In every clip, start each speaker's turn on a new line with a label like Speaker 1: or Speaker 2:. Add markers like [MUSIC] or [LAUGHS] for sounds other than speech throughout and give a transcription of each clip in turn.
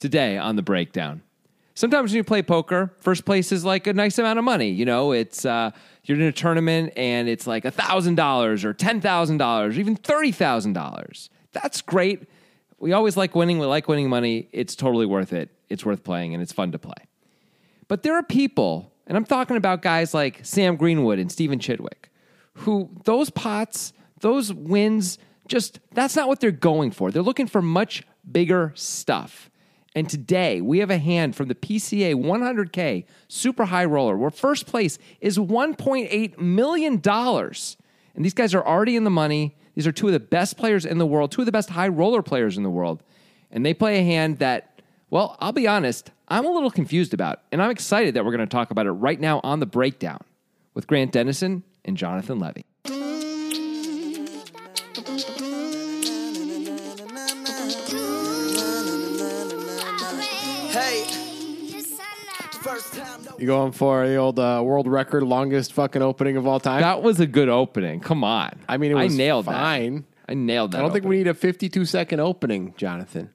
Speaker 1: today on the breakdown. Sometimes when you play poker, first place is like a nice amount of money. You know, it's uh, you're in a tournament and it's like thousand dollars or ten thousand dollars, even thirty thousand dollars. That's great. We always like winning. We like winning money. It's totally worth it. It's worth playing and it's fun to play. But there are people, and I'm talking about guys like Sam Greenwood and Stephen Chidwick, who those pots, those wins, just that's not what they're going for. They're looking for much bigger stuff. And today we have a hand from the PCA 100K Super High Roller, where first place is $1.8 million. And these guys are already in the money. These are two of the best players in the world, two of the best high roller players in the world. And they play a hand that, well, I'll be honest, I'm a little confused about. And I'm excited that we're going to talk about it right now on the breakdown with Grant Dennison and Jonathan Levy.
Speaker 2: You going for the old uh, world record longest fucking opening of all time?
Speaker 1: That was a good opening. Come on.
Speaker 2: I mean, it was
Speaker 1: I nailed
Speaker 2: fine.
Speaker 1: that. I nailed that.
Speaker 2: I don't think we need a 52 second opening, Jonathan.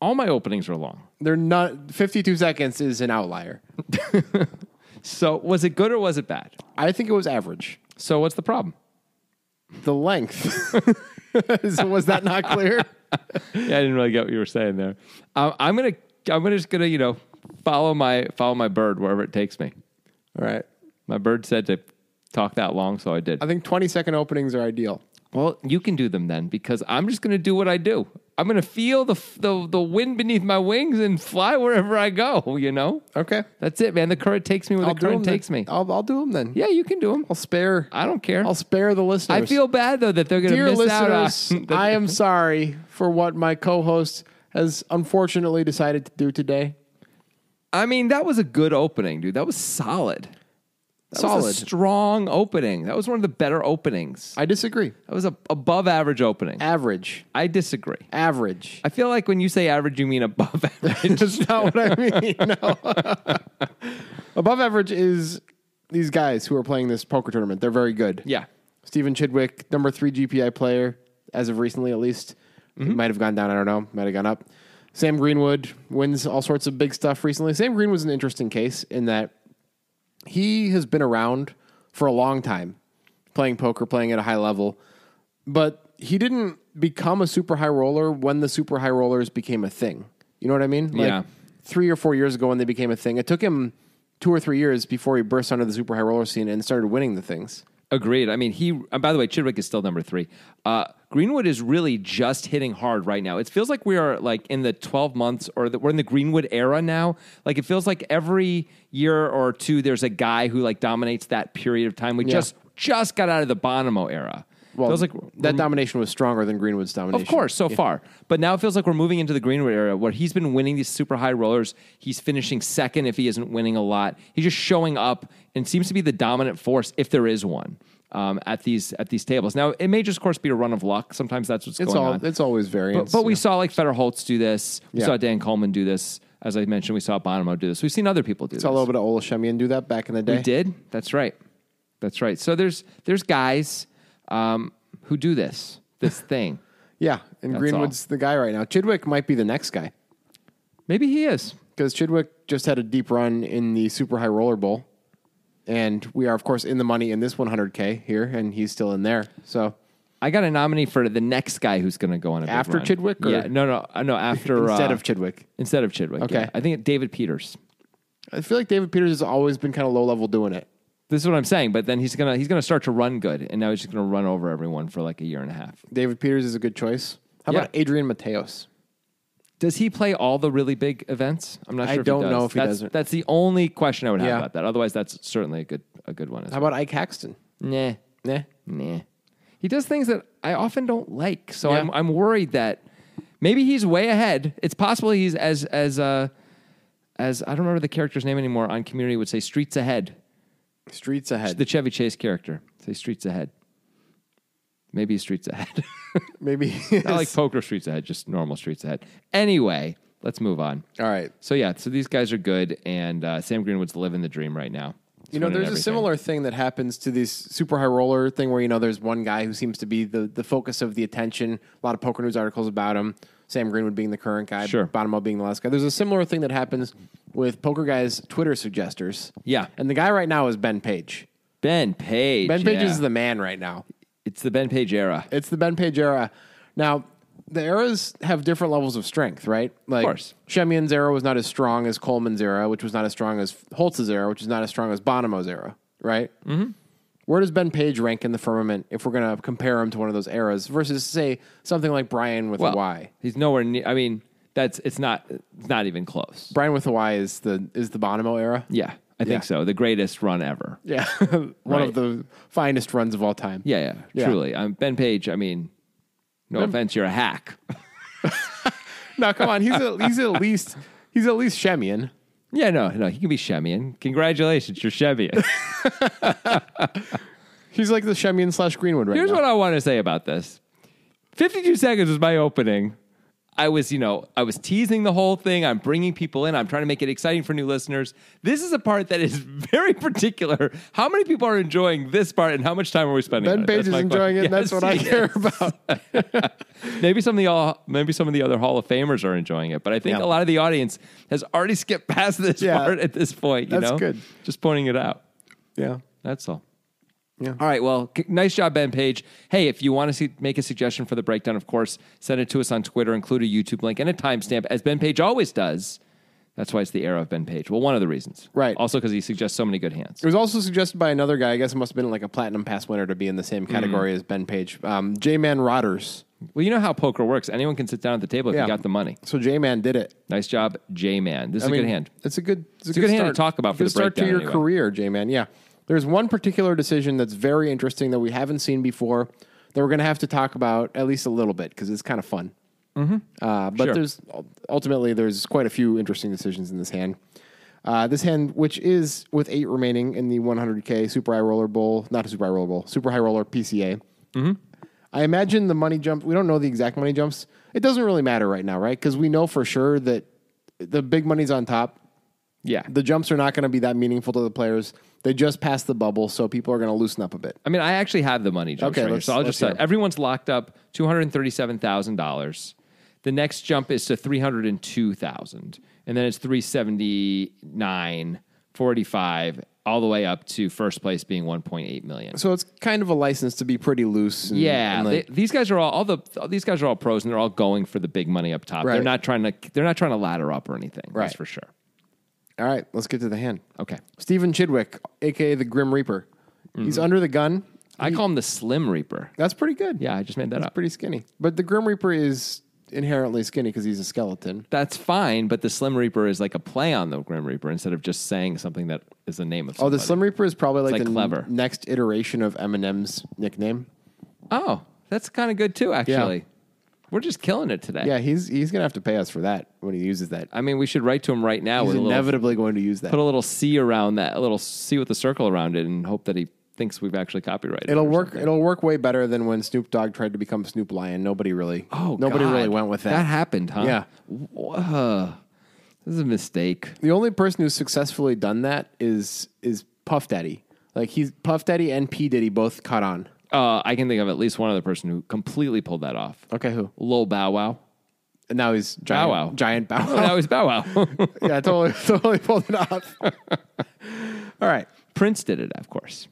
Speaker 1: all my openings are long.
Speaker 2: They're not 52 seconds is an outlier.
Speaker 1: So was it good or was it bad?
Speaker 2: I think it was average.
Speaker 1: So what's the problem?
Speaker 2: The length [LAUGHS] Is- was that
Speaker 1: [LAUGHS]
Speaker 2: not clear?
Speaker 1: Yeah, I didn't really get what you were saying there. Um, I'm gonna, I'm gonna just gonna, you know, follow my follow my bird wherever it takes me.
Speaker 2: All right.
Speaker 1: My bird said to talk that long, so I did.
Speaker 2: I think 20 second openings are ideal.
Speaker 1: Well, you can do them then because I'm just gonna do what I do. I'm gonna feel the f- the the wind beneath my wings and fly wherever I go. You know,
Speaker 2: Okay.
Speaker 1: that's it, man. The current takes me where the current takes me.
Speaker 2: I'll, I'll do them then.
Speaker 1: yeah, you can do them.
Speaker 2: I'll spare.
Speaker 1: I don't care.
Speaker 2: I'll spare the listeners.
Speaker 1: I feel bad though that they're gonna
Speaker 2: Dear
Speaker 1: miss
Speaker 2: listeners,
Speaker 1: out [LAUGHS] on.
Speaker 2: I am sorry for what my co-host has unfortunately decided to do today.
Speaker 1: I mean, that was a good opening, dude. That was solid. That was a
Speaker 2: Solid.
Speaker 1: strong opening. That was one of the better openings.
Speaker 2: I disagree.
Speaker 1: That was a above average opening.
Speaker 2: Average.
Speaker 1: I disagree.
Speaker 2: Average.
Speaker 1: I feel like when you say average, you mean above [LAUGHS] average.
Speaker 2: [LAUGHS] That's not what I mean. No. [LAUGHS] Above average is these guys who are playing this poker tournament. They're very good.
Speaker 1: yeah.
Speaker 2: Stephen Chidwick, number three GPI player, as of recently at least. It Might have gone down, I don't know. Might have gone up. Sam Greenwood wins all sorts of big stuff recently. Sam Greenwood's an interesting case in that he has been around for a long time playing poker, playing at a high level, but he didn't become a super high roller when the super high rollers became a thing. You know what I mean? Like
Speaker 1: Yeah.
Speaker 2: three or four years ago when they became a thing. It took him two or three years before he burst onto the super high roller scene and started winning the things.
Speaker 1: Agreed. I mean, he, and by the way, Chidwick is still number three. Uh, Greenwood is really just hitting hard right now. It feels like we are like in the 12 months or the, we're in the Greenwood era now. Like it feels like every year or two, there's a guy who like dominates that period of time. We just, just got out of the Bonomo era.
Speaker 2: Well,
Speaker 1: feels like
Speaker 2: that domination was stronger than Greenwood's domination.
Speaker 1: Of course, so far. But now it feels like we're moving into the Greenwood era where he's been winning these super high rollers. He's finishing second if he isn't winning a lot. He's just showing up and seems to be the dominant force if there is one. Um, at these at these tables. Now it may just, of course, be a run of luck. Sometimes that's what's
Speaker 2: it's
Speaker 1: going
Speaker 2: all
Speaker 1: on.
Speaker 2: it's always
Speaker 1: But,
Speaker 2: variance.
Speaker 1: but we saw like Feder Holtz do this. We
Speaker 2: Yeah.
Speaker 1: saw Dan Coleman do this. As I mentioned, we saw Bonomo do this. We've seen other people do
Speaker 2: saw a
Speaker 1: this.
Speaker 2: little bit of Olashemian do that back in the day.
Speaker 1: We did. That's right. That's right. So there's there's guys um, who do this this thing.
Speaker 2: Yeah, and
Speaker 1: That's
Speaker 2: Greenwood's the guy right now. Chidwick might be the next guy
Speaker 1: Maybe he is.
Speaker 2: because Chidwick just had a deep run in the Super High Roller Bowl, and we are of course in the money in this 100K here, and he's still in there. So
Speaker 1: I got a nominee for the next guy who's going to go on a big
Speaker 2: After
Speaker 1: run.
Speaker 2: Chidwick, or-
Speaker 1: yeah, no, no, uh, no. After
Speaker 2: instead
Speaker 1: uh,
Speaker 2: of Chidwick,
Speaker 1: instead of Chidwick.
Speaker 2: Okay.
Speaker 1: yeah. I think David Peters.
Speaker 2: I feel like David Peters has always been kind of low level doing it.
Speaker 1: This is what I'm saying. But then he's gonna he's gonna start to run good, and now he's just gonna run over everyone for like a year and a half.
Speaker 2: David Peters is a good choice. How
Speaker 1: Yeah.
Speaker 2: about Adrian Mateos?
Speaker 1: Does he play all the really big events? I'm not
Speaker 2: I
Speaker 1: sure. if he
Speaker 2: don't
Speaker 1: does.
Speaker 2: know if he
Speaker 1: that's,
Speaker 2: doesn't.
Speaker 1: That's the only question I would have
Speaker 2: Yeah.
Speaker 1: about that. Otherwise, that's certainly a good a good one. As
Speaker 2: How
Speaker 1: well.
Speaker 2: about Ike Haxton?
Speaker 1: Nah,
Speaker 2: Nah.
Speaker 1: nah. He does things that I often don't like, so
Speaker 2: Yeah.
Speaker 1: I'm I'm worried that maybe he's way ahead. It's possible he's as as uh as I don't remember the character's name anymore on Community would say Streets Ahead,
Speaker 2: Streets ahead.
Speaker 1: the Chevy Chase character say Streets Ahead. Maybe he's Streets Ahead. [LAUGHS]
Speaker 2: Maybe. [LAUGHS]
Speaker 1: Not like poker Streets Ahead, just normal Streets Ahead. Anyway, let's move on.
Speaker 2: All right.
Speaker 1: So yeah, so these guys are good, and uh, Sam Greenwood's living the dream right now. He's
Speaker 2: You know,
Speaker 1: winning
Speaker 2: there's a
Speaker 1: everything.
Speaker 2: similar thing that happens to these super high roller thing where you know there's one guy who seems to be the the focus of the attention. A lot of poker news articles about him. Sam Greenwood being the current guy,
Speaker 1: Sure.
Speaker 2: Bonomo being the last guy. There's a similar thing that happens with Poker Guy's Twitter suggesters.
Speaker 1: Yeah.
Speaker 2: And the guy right now is Ben Page.
Speaker 1: Ben Page.
Speaker 2: Ben Page
Speaker 1: yeah.
Speaker 2: is the man right now.
Speaker 1: It's the Ben Page era.
Speaker 2: It's the Ben Page era. Now, the eras have different levels of strength, right? Like
Speaker 1: course.
Speaker 2: Shemian's era was not as strong as Coleman's era, which was not as strong as Holtz's era, which is not as strong as Bonomo's era, right? Mm-hmm. Where does Ben Page rank in the firmament if we're going to compare him to one of those eras versus, say, something like Brian with
Speaker 1: Well,
Speaker 2: a Y?
Speaker 1: He's nowhere near. I mean, that's it's not it's not even close.
Speaker 2: Brian with a Y is the is the Bonomo era.
Speaker 1: Yeah, I
Speaker 2: Yeah.
Speaker 1: think so. The greatest run ever.
Speaker 2: Yeah, [LAUGHS] one of
Speaker 1: Right.
Speaker 2: the finest runs of all time.
Speaker 1: Yeah, yeah,
Speaker 2: Yeah.
Speaker 1: truly. Um, ben Page. I mean, no offense, you're a hack. [LAUGHS]
Speaker 2: Now come on, he's a, he's at least he's at least Shemian.
Speaker 1: yeah, no, no, he can be Shemian. Congratulations, you're Shemian.
Speaker 2: He's like the Shemian slash Greenwood right
Speaker 1: Here's
Speaker 2: now.
Speaker 1: what I want to say about this. 52 seconds was my opening. I was, you know, I was teasing the whole thing. I'm bringing people in. I'm trying to make it exciting for new listeners. This is a part that is [LAUGHS] very particular. How many people are enjoying this part and how much time are we spending? on
Speaker 2: Ben
Speaker 1: it?
Speaker 2: Page
Speaker 1: That's
Speaker 2: is
Speaker 1: my
Speaker 2: enjoying it.
Speaker 1: question. [LAUGHS]
Speaker 2: and that's
Speaker 1: Yes,
Speaker 2: what I
Speaker 1: yes.
Speaker 2: care about.
Speaker 1: Maybe some of the all, maybe some of the other Hall of Famers are enjoying it, but I think
Speaker 2: Yeah.
Speaker 1: a lot of the audience has already skipped past this
Speaker 2: Yeah.
Speaker 1: part at this point, you
Speaker 2: That's
Speaker 1: know.
Speaker 2: good.
Speaker 1: Just pointing it out.
Speaker 2: Yeah.
Speaker 1: That's all.
Speaker 2: Yeah.
Speaker 1: All right. Well, c- nice job, Ben Page. Hey, if you want to see, make a suggestion for the breakdown, of course, send it to us on Twitter, include a YouTube link and a timestamp, as Ben Page always does. That's why it's the era of Ben Page. Well, one of the reasons.
Speaker 2: Right.
Speaker 1: Also, because he suggests so many good hands.
Speaker 2: It was also suggested by another guy. I guess it must have been like a platinum pass winner to be in the
Speaker 1: Mm.
Speaker 2: same category as Ben Page. Um, J Man Rodders.
Speaker 1: Well, you know how poker works. Anyone can sit down at the table if
Speaker 2: Yeah.
Speaker 1: you got the money.
Speaker 2: So J Man did it.
Speaker 1: Nice job, J Man. This is a good hand.
Speaker 2: It's a good. It's,
Speaker 1: a good hand to
Speaker 2: start.
Speaker 1: talk about for
Speaker 2: good
Speaker 1: the
Speaker 2: start to
Speaker 1: breakdown
Speaker 2: your
Speaker 1: anyway.
Speaker 2: career, J Man. Yeah. There's one particular decision that's very interesting that we haven't seen before that we're going to have to talk about at least a little bit because it's kind of fun. Mm-hmm. Uh, but
Speaker 1: Sure.
Speaker 2: there's ultimately there's quite a few interesting decisions in this hand. Uh, this hand, which is with eight remaining in the 100K Super High Roller Bowl, not a Super High Roller Bowl, Super High Roller PCA.
Speaker 1: Mm-hmm.
Speaker 2: I imagine the money jump. We don't know the exact money jumps. It doesn't really matter right now, right? Because we know for sure that the big money's on top.
Speaker 1: Yeah.
Speaker 2: The jumps are not going to be that meaningful to the players. They just passed the bubble, so people are going to loosen up a bit.
Speaker 1: I mean, I actually have the money jumps
Speaker 2: Okay,
Speaker 1: right here.
Speaker 2: let's-
Speaker 1: So I'll
Speaker 2: let's
Speaker 1: just say
Speaker 2: hear 'em.
Speaker 1: everyone's locked up two hundred thirty-seven thousand dollars. The next jump is to three hundred and two thousand, and then it's three seventy-nine forty-five, all the way up to first place being one point eight million.
Speaker 2: So it's kind of a license to be pretty loose. And,
Speaker 1: Yeah,
Speaker 2: and like-
Speaker 1: they- these guys are all, all the all these guys are all pros, and they're all going for the big money up top. They're
Speaker 2: Right.
Speaker 1: not trying to they're not trying to ladder up or anything.
Speaker 2: Right.
Speaker 1: That's for sure.
Speaker 2: all right, let's get to the hand.
Speaker 1: Okay,
Speaker 2: Stephen Chidwick, aka the Grim Reaper, he's
Speaker 1: Mm-hmm.
Speaker 2: under the gun.
Speaker 1: I call him the Slim Reaper.
Speaker 2: That's pretty good.
Speaker 1: Yeah, I just made that
Speaker 2: that's
Speaker 1: up.
Speaker 2: pretty skinny. But the Grim Reaper is inherently skinny because he's a skeleton.
Speaker 1: that's fine, but the Slim Reaper is like a play on the Grim Reaper instead of just saying something that is the name of
Speaker 2: Oh,
Speaker 1: somebody.
Speaker 2: the Slim Reaper is probably like,
Speaker 1: like
Speaker 2: the n-
Speaker 1: clever.
Speaker 2: next iteration of Eminem's nickname.
Speaker 1: Oh, that's kind of good too, actually. We're just killing it today.
Speaker 2: Yeah, he's he's gonna have to pay us for that when he uses that.
Speaker 1: I mean, we should write to him right now
Speaker 2: He's
Speaker 1: with a little,
Speaker 2: inevitably going to use that.
Speaker 1: put a little C around that, a little C with a circle around it, and hope that he thinks we've actually copyrighted. it
Speaker 2: It'll [LAUGHS]
Speaker 1: or
Speaker 2: work.
Speaker 1: something.
Speaker 2: It'll work way better than when Snoop Dogg tried to become Snoop Lion. Nobody really.
Speaker 1: Oh,
Speaker 2: nobody
Speaker 1: God.
Speaker 2: really went with
Speaker 1: That
Speaker 2: that.
Speaker 1: happened, huh?
Speaker 2: Yeah.
Speaker 1: Whoa. This is a mistake.
Speaker 2: the only person who's successfully done that is is Puff Daddy. Like he's Puff Daddy and P Diddy both caught on.
Speaker 1: Uh, I can think of at least one other person who completely pulled that off.
Speaker 2: Okay, who?
Speaker 1: Lil Bow Wow.
Speaker 2: And now he's giant.
Speaker 1: Wow.
Speaker 2: Giant Bow
Speaker 1: Oh, that
Speaker 2: Wow.
Speaker 1: was Bow Wow.
Speaker 2: [LAUGHS] yeah, totally, totally pulled it
Speaker 1: [LAUGHS]
Speaker 2: off. All right.
Speaker 1: Prince did it, of course.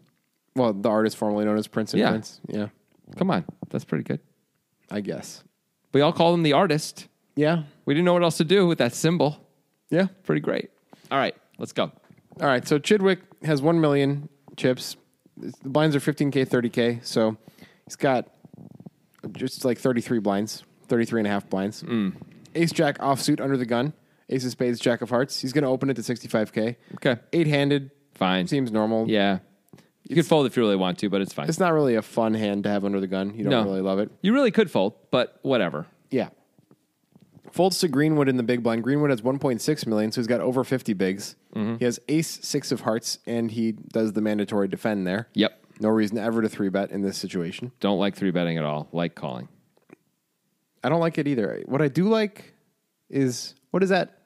Speaker 2: Well, the artist formerly known as Prince and
Speaker 1: Yeah.
Speaker 2: Prince. Yeah,
Speaker 1: Come on, that's pretty good.
Speaker 2: I guess.
Speaker 1: We all call him the artist.
Speaker 2: Yeah,
Speaker 1: We didn't know what else to do with that symbol.
Speaker 2: yeah.
Speaker 1: Pretty great. All right, let's go.
Speaker 2: All right, so Chidwick has 1 million chips. The blinds are 15K, 30K. So he's got just like 33 blinds, 33 and a half blinds.
Speaker 1: Mm.
Speaker 2: Ace Jack offsuit under the gun. Ace of spades, Jack of hearts. He's going to open it to 65K.
Speaker 1: Okay.
Speaker 2: Eight handed.
Speaker 1: Fine.
Speaker 2: Seems normal.
Speaker 1: Yeah. You could fold if you really want to, but it's fine.
Speaker 2: It's not really a fun hand to have under the gun. You don't
Speaker 1: No.
Speaker 2: really love it.
Speaker 1: You really could fold, but whatever.
Speaker 2: Yeah. Folds to Greenwood in the big blind. Greenwood has 1.6 million, so he's got over 50 bigs.
Speaker 1: Mm-hmm.
Speaker 2: He has ace, six of hearts, and he does the mandatory defend there.
Speaker 1: Yep.
Speaker 2: No reason ever to three bet in this situation.
Speaker 1: Don't like three betting at all. Like calling.
Speaker 2: I don't like it either. What I do like is what is that?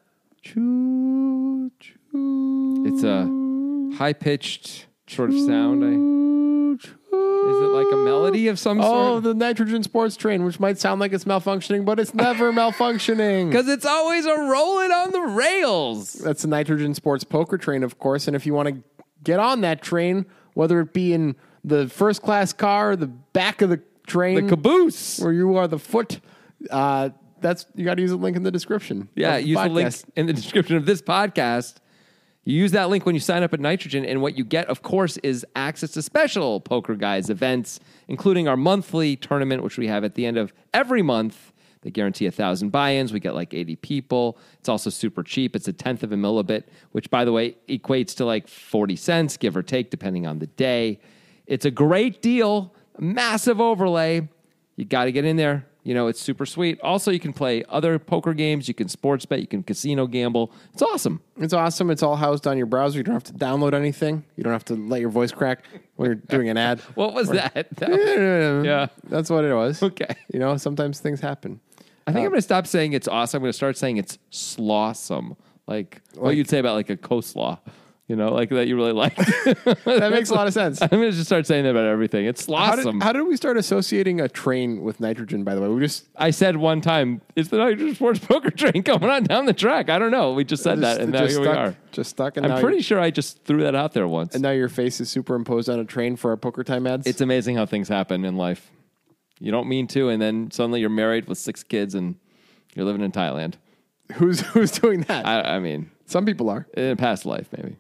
Speaker 2: Choo choo
Speaker 1: It's a high pitched sort of sound. I,
Speaker 2: choo.
Speaker 1: Is it like a melody of some
Speaker 2: Oh,
Speaker 1: sort?
Speaker 2: the nitrogen sports train, which might sound like it's malfunctioning, but
Speaker 1: [LAUGHS]
Speaker 2: it's never malfunctioning.
Speaker 1: Because it's always a rolling on the rails.
Speaker 2: That's the nitrogen sports poker train, of course. And if you want to get on that train, whether it be in the first class car, or the back of the
Speaker 1: The
Speaker 2: train,
Speaker 1: caboose.
Speaker 2: where you are the foot, uh, that's you got to use the link in the description.
Speaker 1: Yeah,
Speaker 2: of
Speaker 1: use the link
Speaker 2: podcast.
Speaker 1: in the description of this podcast. You use that link when you sign up at Nitrogen, and what you get, of course, is access to special Poker Guys events, including our monthly tournament, which we have at the end of every month. They guarantee a thousand buy-ins. We get like eighty people. It's also super cheap. It's a tenth of a millibit, which, by the way, equates to like forty cents, give or take, depending on the day. It's a great deal, massive overlay. You got to get in there. You know, it's super sweet. Also, you can play other poker games. You can sports bet. You can casino gamble. It's awesome.
Speaker 2: It's awesome. It's all housed on your browser. You don't have to download anything. You don't have to let your voice crack when you're doing
Speaker 1: [LAUGHS]
Speaker 2: an ad.
Speaker 1: What was that? That was-
Speaker 2: [LAUGHS] yeah,
Speaker 1: Yeah.
Speaker 2: that's what it was.
Speaker 1: Okay.
Speaker 2: you know, sometimes
Speaker 1: [LAUGHS]
Speaker 2: things happen.
Speaker 1: I
Speaker 2: Uh,
Speaker 1: think I'm going to stop saying it's awesome. I'm going to start saying it's slawsome. Like, what you'd say about like a coleslaw, you know, like that you really like. [LAUGHS]
Speaker 2: That makes a lot of sense.
Speaker 1: I'm going to just start saying that about everything. It's
Speaker 2: How
Speaker 1: slawsome.
Speaker 2: did, how did we start associating a train with nitrogen? By the way, we just
Speaker 1: I said one time, it's the Nitrogen Sports [LAUGHS] Poker Train coming on down the track. I don't know. We just said that,
Speaker 2: just,
Speaker 1: and now
Speaker 2: just
Speaker 1: here we
Speaker 2: stuck,
Speaker 1: are.
Speaker 2: Just stuck. And now
Speaker 1: I'm
Speaker 2: you-
Speaker 1: pretty sure I just threw that out there once.
Speaker 2: And now your face is superimposed on a train for our poker time ads.
Speaker 1: It's amazing how things happen in life. You don't mean to, and then suddenly you're married with six kids and you're living in Thailand.
Speaker 2: [LAUGHS] who's who's doing that?
Speaker 1: I, I mean,
Speaker 2: Some people are
Speaker 1: in a past life, maybe.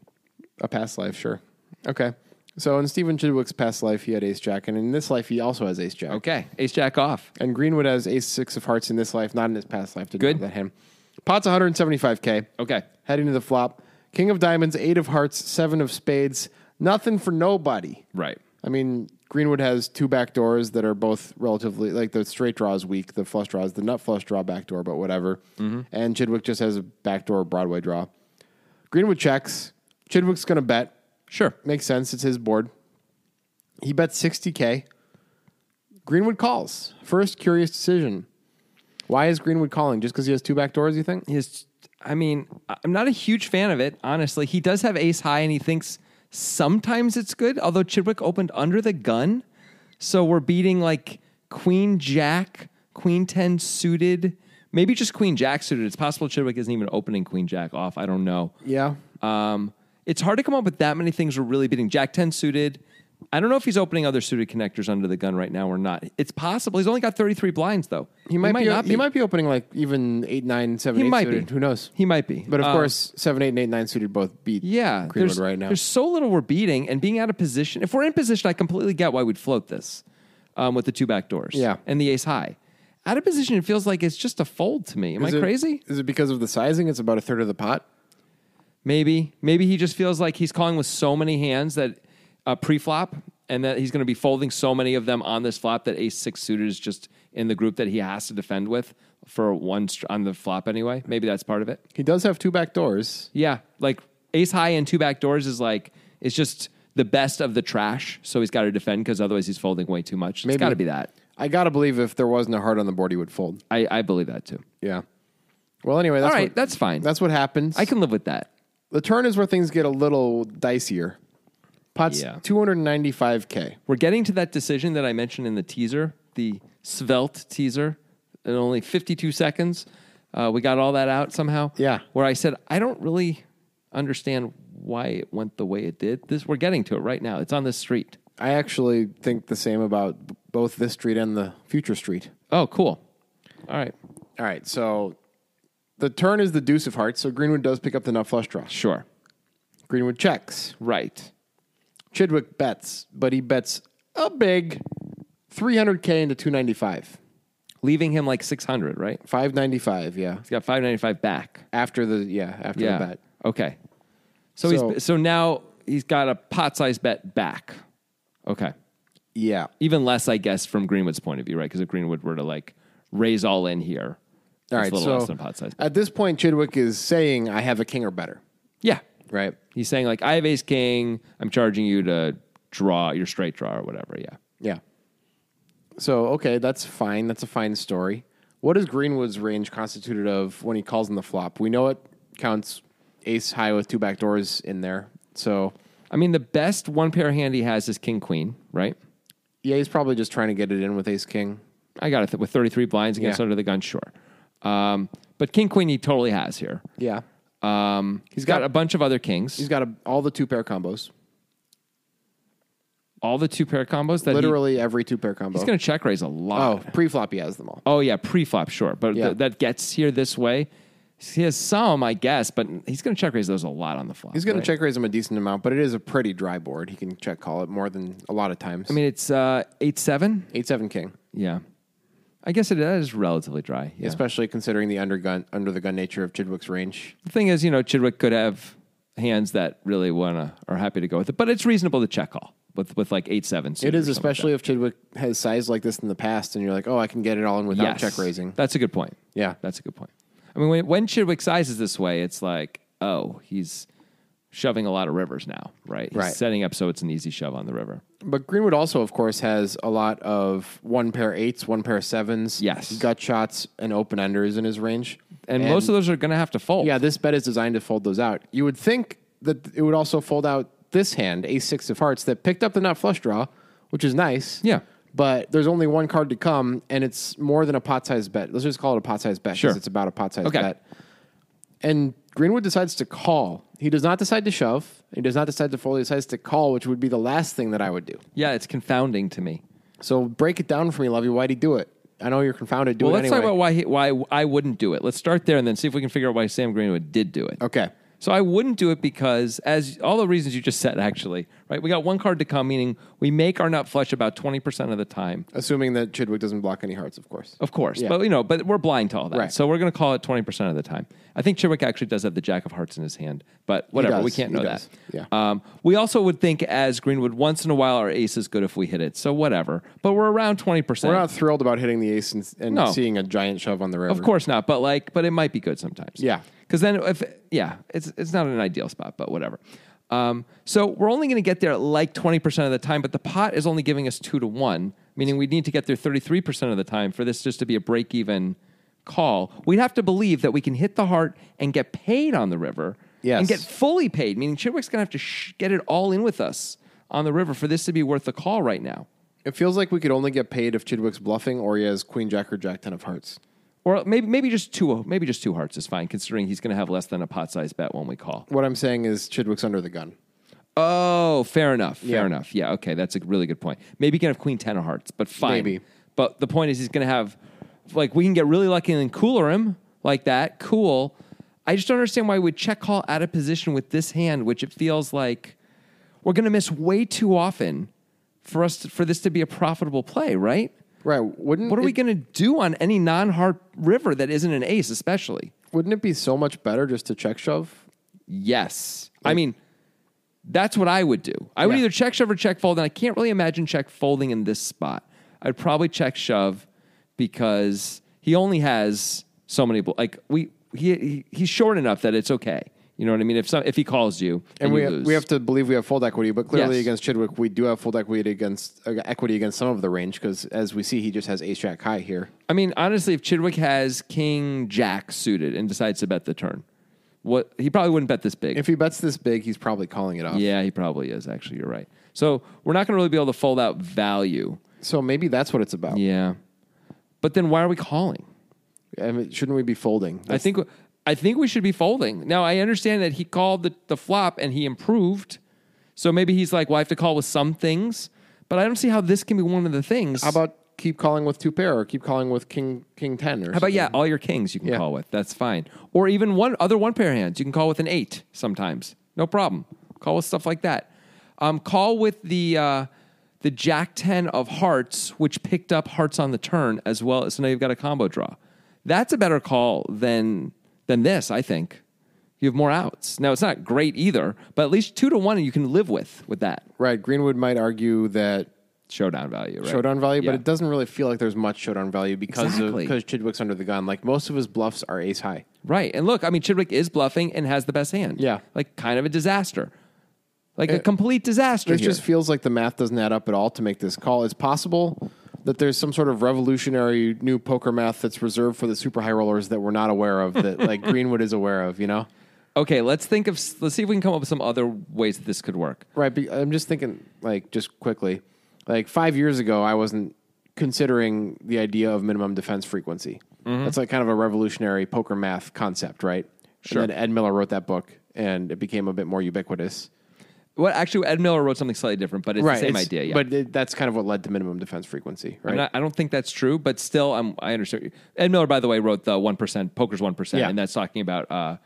Speaker 2: a past life, sure. Okay. So in Stephen Chidwick's past life, he had Ace Jack, and in this life, he also has Ace Jack.
Speaker 1: Okay, ace jack off.
Speaker 2: And Greenwood has Ace Six of Hearts in this life, not in his past life. Didn't
Speaker 1: Good.
Speaker 2: know that him. Pot's 175k.
Speaker 1: Okay.
Speaker 2: Heading to the flop. King of Diamonds, Eight of Hearts, Seven of Spades. Nothing for nobody.
Speaker 1: Right.
Speaker 2: I mean, Greenwood has two back doors that are both relatively like the straight draw is weak, the flush draw is the nut flush draw back door, but whatever.
Speaker 1: Mm-hmm.
Speaker 2: And Chidwick just has a back door Broadway draw. Greenwood checks. Chidwick's going to bet.
Speaker 1: Sure.
Speaker 2: Makes sense. It's his board. He bets 60K. Greenwood calls. First curious decision. Why is Greenwood calling? Just because he has two back doors, you think?
Speaker 1: His, I mean, I'm not a huge fan of it, honestly. He does have ace high, and he thinks sometimes it's good, although Chidwick opened under the gun. So we're beating like queen jack, queen 10 suited, maybe just queen jack suited. It's possible Chidwick isn't even opening queen jack off. I don't know.
Speaker 2: Yeah.
Speaker 1: Um, it's hard to come up with that many things we're really beating. Jack 10 suited. I don't know if he's opening other suited connectors under the gun right now or not. It's possible. He's only got 33 blinds, though.
Speaker 2: He might, be,
Speaker 1: not
Speaker 2: He might be opening like even eight, nine, seven,
Speaker 1: He
Speaker 2: eight
Speaker 1: might
Speaker 2: suited.
Speaker 1: be.
Speaker 2: Who knows?
Speaker 1: He might be.
Speaker 2: But of
Speaker 1: Um,
Speaker 2: course, seven, eight, and eight, nine suited both beat
Speaker 1: Yeah.
Speaker 2: Greenwood
Speaker 1: there's,
Speaker 2: right now.
Speaker 1: There's so little we're beating and being out of position. If we're in position, I completely get why we'd float this um, with the two back doors
Speaker 2: Yeah.
Speaker 1: and the ace high. Out of position, it feels like it's just a fold to me. Am
Speaker 2: Is
Speaker 1: I
Speaker 2: it-
Speaker 1: crazy?
Speaker 2: Is it because of the sizing? It's about a third of the pot.
Speaker 1: Maybe. Maybe he just feels like he's calling with so many hands that uh, pre-flop and that he's going to be folding so many of them on this flop that ace six suited is just in the group that he has to defend with for one str- on the flop anyway. Maybe that's part of it.
Speaker 2: He does have two back doors.
Speaker 1: Yeah, like ace high and two back doors is like it's just the best of the trash. So he's got to defend because otherwise he's folding way too much.
Speaker 2: Maybe.
Speaker 1: It's got to be that.
Speaker 2: I gotta believe if there wasn't a heart on the board, he would fold.
Speaker 1: I, I believe that too.
Speaker 2: Yeah. Well, anyway, that's
Speaker 1: All right,
Speaker 2: what,
Speaker 1: that's fine.
Speaker 2: that's what happens.
Speaker 1: I can live with that.
Speaker 2: the turn is where things get a little dicier. Pot's
Speaker 1: Yeah.
Speaker 2: 295k.
Speaker 1: We're getting to that decision that I mentioned in the teaser, the svelte teaser, in only 52 seconds. Uh, we got all that out somehow.
Speaker 2: Yeah.
Speaker 1: Where I said, I don't really understand why it went the way it did. This We're getting to it right now. It's on this street.
Speaker 2: I actually think the same about b- both this street and the future street.
Speaker 1: Oh, cool. All right.
Speaker 2: All right, so the turn is the deuce of hearts, so Greenwood does pick up the nut flush draw.
Speaker 1: Sure.
Speaker 2: Greenwood checks.
Speaker 1: Right.
Speaker 2: Chidwick bets, but he bets a big 300k into 295.
Speaker 1: Leaving him like 600, right?
Speaker 2: 595, yeah.
Speaker 1: He's got 595 back.
Speaker 2: After the yeah, after
Speaker 1: Yeah.
Speaker 2: the bet.
Speaker 1: Okay. So,
Speaker 2: So-
Speaker 1: he's so now he's got a pot size bet back. Okay.
Speaker 2: Yeah.
Speaker 1: Even less, I guess, from Greenwood's point of view, right? Because if Greenwood were to like raise all in here,
Speaker 2: All
Speaker 1: it's
Speaker 2: right.
Speaker 1: a little
Speaker 2: so
Speaker 1: less than pot size.
Speaker 2: at this point Chidwick is saying I have a king or better,
Speaker 1: yeah.
Speaker 2: right?
Speaker 1: He's saying like, I have ace king. I'm charging you to draw your straight draw or whatever. Yeah.
Speaker 2: Yeah. So okay, that's fine. That's a fine story. What is Greenwood's range constituted of when he calls in the flop? We know it counts ace high with two back doors in there. So
Speaker 1: I mean, the best one pair hand he has is king queen, right?
Speaker 2: Yeah, he's probably just trying to get it in with Ace King.
Speaker 1: I got it th- with 33 blinds against
Speaker 2: Yeah.
Speaker 1: under the gun, sure. Um, but King Queen he totally has here.
Speaker 2: Yeah,
Speaker 1: Um, he's got,
Speaker 2: got-
Speaker 1: a bunch of other kings.
Speaker 2: he's got a, all the two pair combos.
Speaker 1: all the two pair combos that he-
Speaker 2: Literally every two pair combo.
Speaker 1: he's going to check raise a lot.
Speaker 2: oh, pre flop he has them all.
Speaker 1: Oh yeah, pre-flop, sure, but
Speaker 2: Yeah.
Speaker 1: th- that gets here this way. He has some, I guess, but he's going to check raise those a lot on the flop.
Speaker 2: He's going
Speaker 1: right?
Speaker 2: to check raise him a decent amount, but it is a pretty dry board. He can check call it more than a lot of times.
Speaker 1: I mean, it's uh, eight seven.
Speaker 2: eight seven king,
Speaker 1: Yeah, I guess it is relatively dry. Yeah.
Speaker 2: especially considering the undergun under the gun nature of Chidwick's range.
Speaker 1: The thing is, you know, Chidwick could have hands that really wanna are happy to go with it, but it's reasonable to check call with with like eight seven.
Speaker 2: It is especially if Chidwick has sized like this in the past, and you're like, oh, I can get it all in without check raising.
Speaker 1: That's a good point.
Speaker 2: Yeah.
Speaker 1: that's a good point. I mean, when, when Chidwick sizes this way, it's like, oh, he's shoving a lot of rivers now, right? He's
Speaker 2: Right.
Speaker 1: setting up so it's an easy shove on the river.
Speaker 2: But Greenwood also, of course, has a lot of one pair eights, one pair sevens,
Speaker 1: Yes.
Speaker 2: gut shots, and open enders in his range.
Speaker 1: And, most of those are going to have to fold.
Speaker 2: yeah, this bet is designed to fold those out. You would think that it would also fold out this hand, ace six of hearts, that picked up the nut flush draw, which is nice.
Speaker 1: Yeah.
Speaker 2: But there's only one card to come, and it's more than a pot size bet. Let's just call it a pot size bet because
Speaker 1: Sure.
Speaker 2: it's about a pot size
Speaker 1: Okay.
Speaker 2: bet. And Greenwood decides to call. He does not decide to shove. He does not decide to fold. He decides to call, which would be the last thing that I would do.
Speaker 1: yeah, it's confounding to me.
Speaker 2: So break it down for me, Levy. Why'd he do it? I know you're confounded. Do
Speaker 1: Well,
Speaker 2: it
Speaker 1: let's
Speaker 2: anyway.
Speaker 1: talk about why he, why I wouldn't do it. Let's start there and then see if we can figure out why Sam Greenwood did do it.
Speaker 2: okay.
Speaker 1: So I wouldn't do it because, as all the reasons you just said, actually, right? We got one card to come, meaning we make our nut flush about twenty percent of the time,
Speaker 2: Assuming that Chidwick doesn't block any hearts, of course.
Speaker 1: of course.
Speaker 2: Yeah.
Speaker 1: But you know, but we're blind to all that,
Speaker 2: Right.
Speaker 1: so we're going to call it twenty percent of the time. I think Chidwick actually does have the jack of hearts in his hand, but whatever,
Speaker 2: does.
Speaker 1: we can't
Speaker 2: He
Speaker 1: know that.
Speaker 2: does. Yeah.
Speaker 1: Um, we also would think, as Greenwood, once in a while, our ace is good if we hit it, so whatever. But we're around twenty percent.
Speaker 2: We're not thrilled about hitting the ace and, and
Speaker 1: No.
Speaker 2: seeing a giant shove on the river.
Speaker 1: Of course not, but like, but it might be good sometimes.
Speaker 2: Yeah.
Speaker 1: because then if yeah, it's it's not an ideal spot, but whatever. Um, so we're only going to get there like twenty percent of the time, but the pot is only giving us two to one, meaning we need to get there thirty three percent of the time for this just to be a break even call. We'd have to believe that we can hit the heart and get paid on the river,
Speaker 2: Yes.
Speaker 1: and get fully paid, meaning Chidwick's going to have to sh- get it all in with us on the river for this to be worth the call right now.
Speaker 2: It feels like we could only get paid if Chidwick's bluffing or he has queen jack or jack ten of hearts.
Speaker 1: Or maybe maybe just two maybe just two hearts is fine, considering he's going to have less than a pot size bet when we call.
Speaker 2: What I'm saying is Chidwick's under the gun.
Speaker 1: Oh, fair enough. Fair
Speaker 2: Yeah.
Speaker 1: enough. Yeah. Okay, that's a really good point. Maybe he can have queen ten of hearts, but fine.
Speaker 2: Maybe.
Speaker 1: But the point is, he's going to have like we can get really lucky and then cooler him like that. Cool. I just don't understand why we'd check call out of position with this hand, which it feels like we're going to miss way too often for us to, for this to be a profitable play, right?
Speaker 2: Right. Wouldn't
Speaker 1: What are
Speaker 2: it,
Speaker 1: we going to do on any non-heart river that isn't an ace, especially?
Speaker 2: wouldn't it be so much better just to check shove?
Speaker 1: Yes. I mean, that's what I would do. I would
Speaker 2: Yeah.
Speaker 1: either check shove or check fold, and I can't really imagine check folding in this spot. I'd probably check shove because he only has so many. Bl- like we, he, he he's short enough that it's okay. You know what I mean? If some, if he calls you and,
Speaker 2: And we
Speaker 1: you lose.
Speaker 2: we have to believe we have fold equity, but clearly
Speaker 1: Yes.
Speaker 2: against Chidwick we do have fold equity against uh, equity against some of the range because as we see he just has ace jack high here.
Speaker 1: I mean, honestly, if Chidwick has King Jack suited and decides to bet the turn, what he probably wouldn't bet this big.
Speaker 2: If he bets this big, he's probably calling it off.
Speaker 1: yeah, he probably is. Actually, you're right. So we're not going to really be able to fold out value.
Speaker 2: So maybe that's what it's about.
Speaker 1: Yeah. But then why are we calling?
Speaker 2: I mean, shouldn't we be folding?
Speaker 1: I think I think we should be folding. Now I understand that he called the, the flop and he improved. So maybe he's like, well, I have to call with some things, but I don't see how this can be one of the things.
Speaker 2: How about keep calling with two pair or keep calling with king king ten or
Speaker 1: How about yeah, all your kings you can
Speaker 2: Yeah.
Speaker 1: call with. That's fine. Or even one other one pair hands. You can call with an eight sometimes. No problem. Call with stuff like that. Um, call with the uh, the Jack Ten of Hearts, which picked up hearts on the turn as well. So now you've got a combo draw. That's a better call than than this. I think you have more outs. Now it's not great either, but at least two to one you can live with with that
Speaker 2: Right. Greenwood might argue that
Speaker 1: showdown value. Right?
Speaker 2: showdown value,
Speaker 1: Yeah.
Speaker 2: but it doesn't really feel like there's much showdown value because
Speaker 1: Exactly.
Speaker 2: of because Chidwick's under the gun. Like most of his bluffs are ace high.
Speaker 1: Right. And look, I mean, Chidwick is bluffing and has the best hand.
Speaker 2: Yeah.
Speaker 1: Like, kind of a disaster. Like a complete disaster.
Speaker 2: It
Speaker 1: here.
Speaker 2: just feels like the math doesn't add up at all to make this call. It's possible that there's some sort of revolutionary new poker math that's reserved for the super high rollers that we're not aware of that like [LAUGHS] Greenwood is aware of, you know?
Speaker 1: okay, let's think of, let's see if we can come up with some other ways that this could work.
Speaker 2: Right. Be, I'm just thinking like just quickly. Like five years ago, I wasn't considering the idea of minimum defense frequency.
Speaker 1: Mm-hmm.
Speaker 2: That's like kind of a revolutionary poker math concept, right? Sure. And then Ed Miller wrote that book, and it became a bit more ubiquitous.
Speaker 1: Well, actually, Ed Miller wrote something slightly different, but it's the same
Speaker 2: it's-
Speaker 1: idea. Yeah.
Speaker 2: But it, that's kind of what led to minimum defense frequency, right?
Speaker 1: I'm not- I don't think that's true, but still, I'm, I understand. what you- Ed Miller, by the way, wrote the one percent poker's one percent,
Speaker 2: Yeah.
Speaker 1: and that's talking about uh,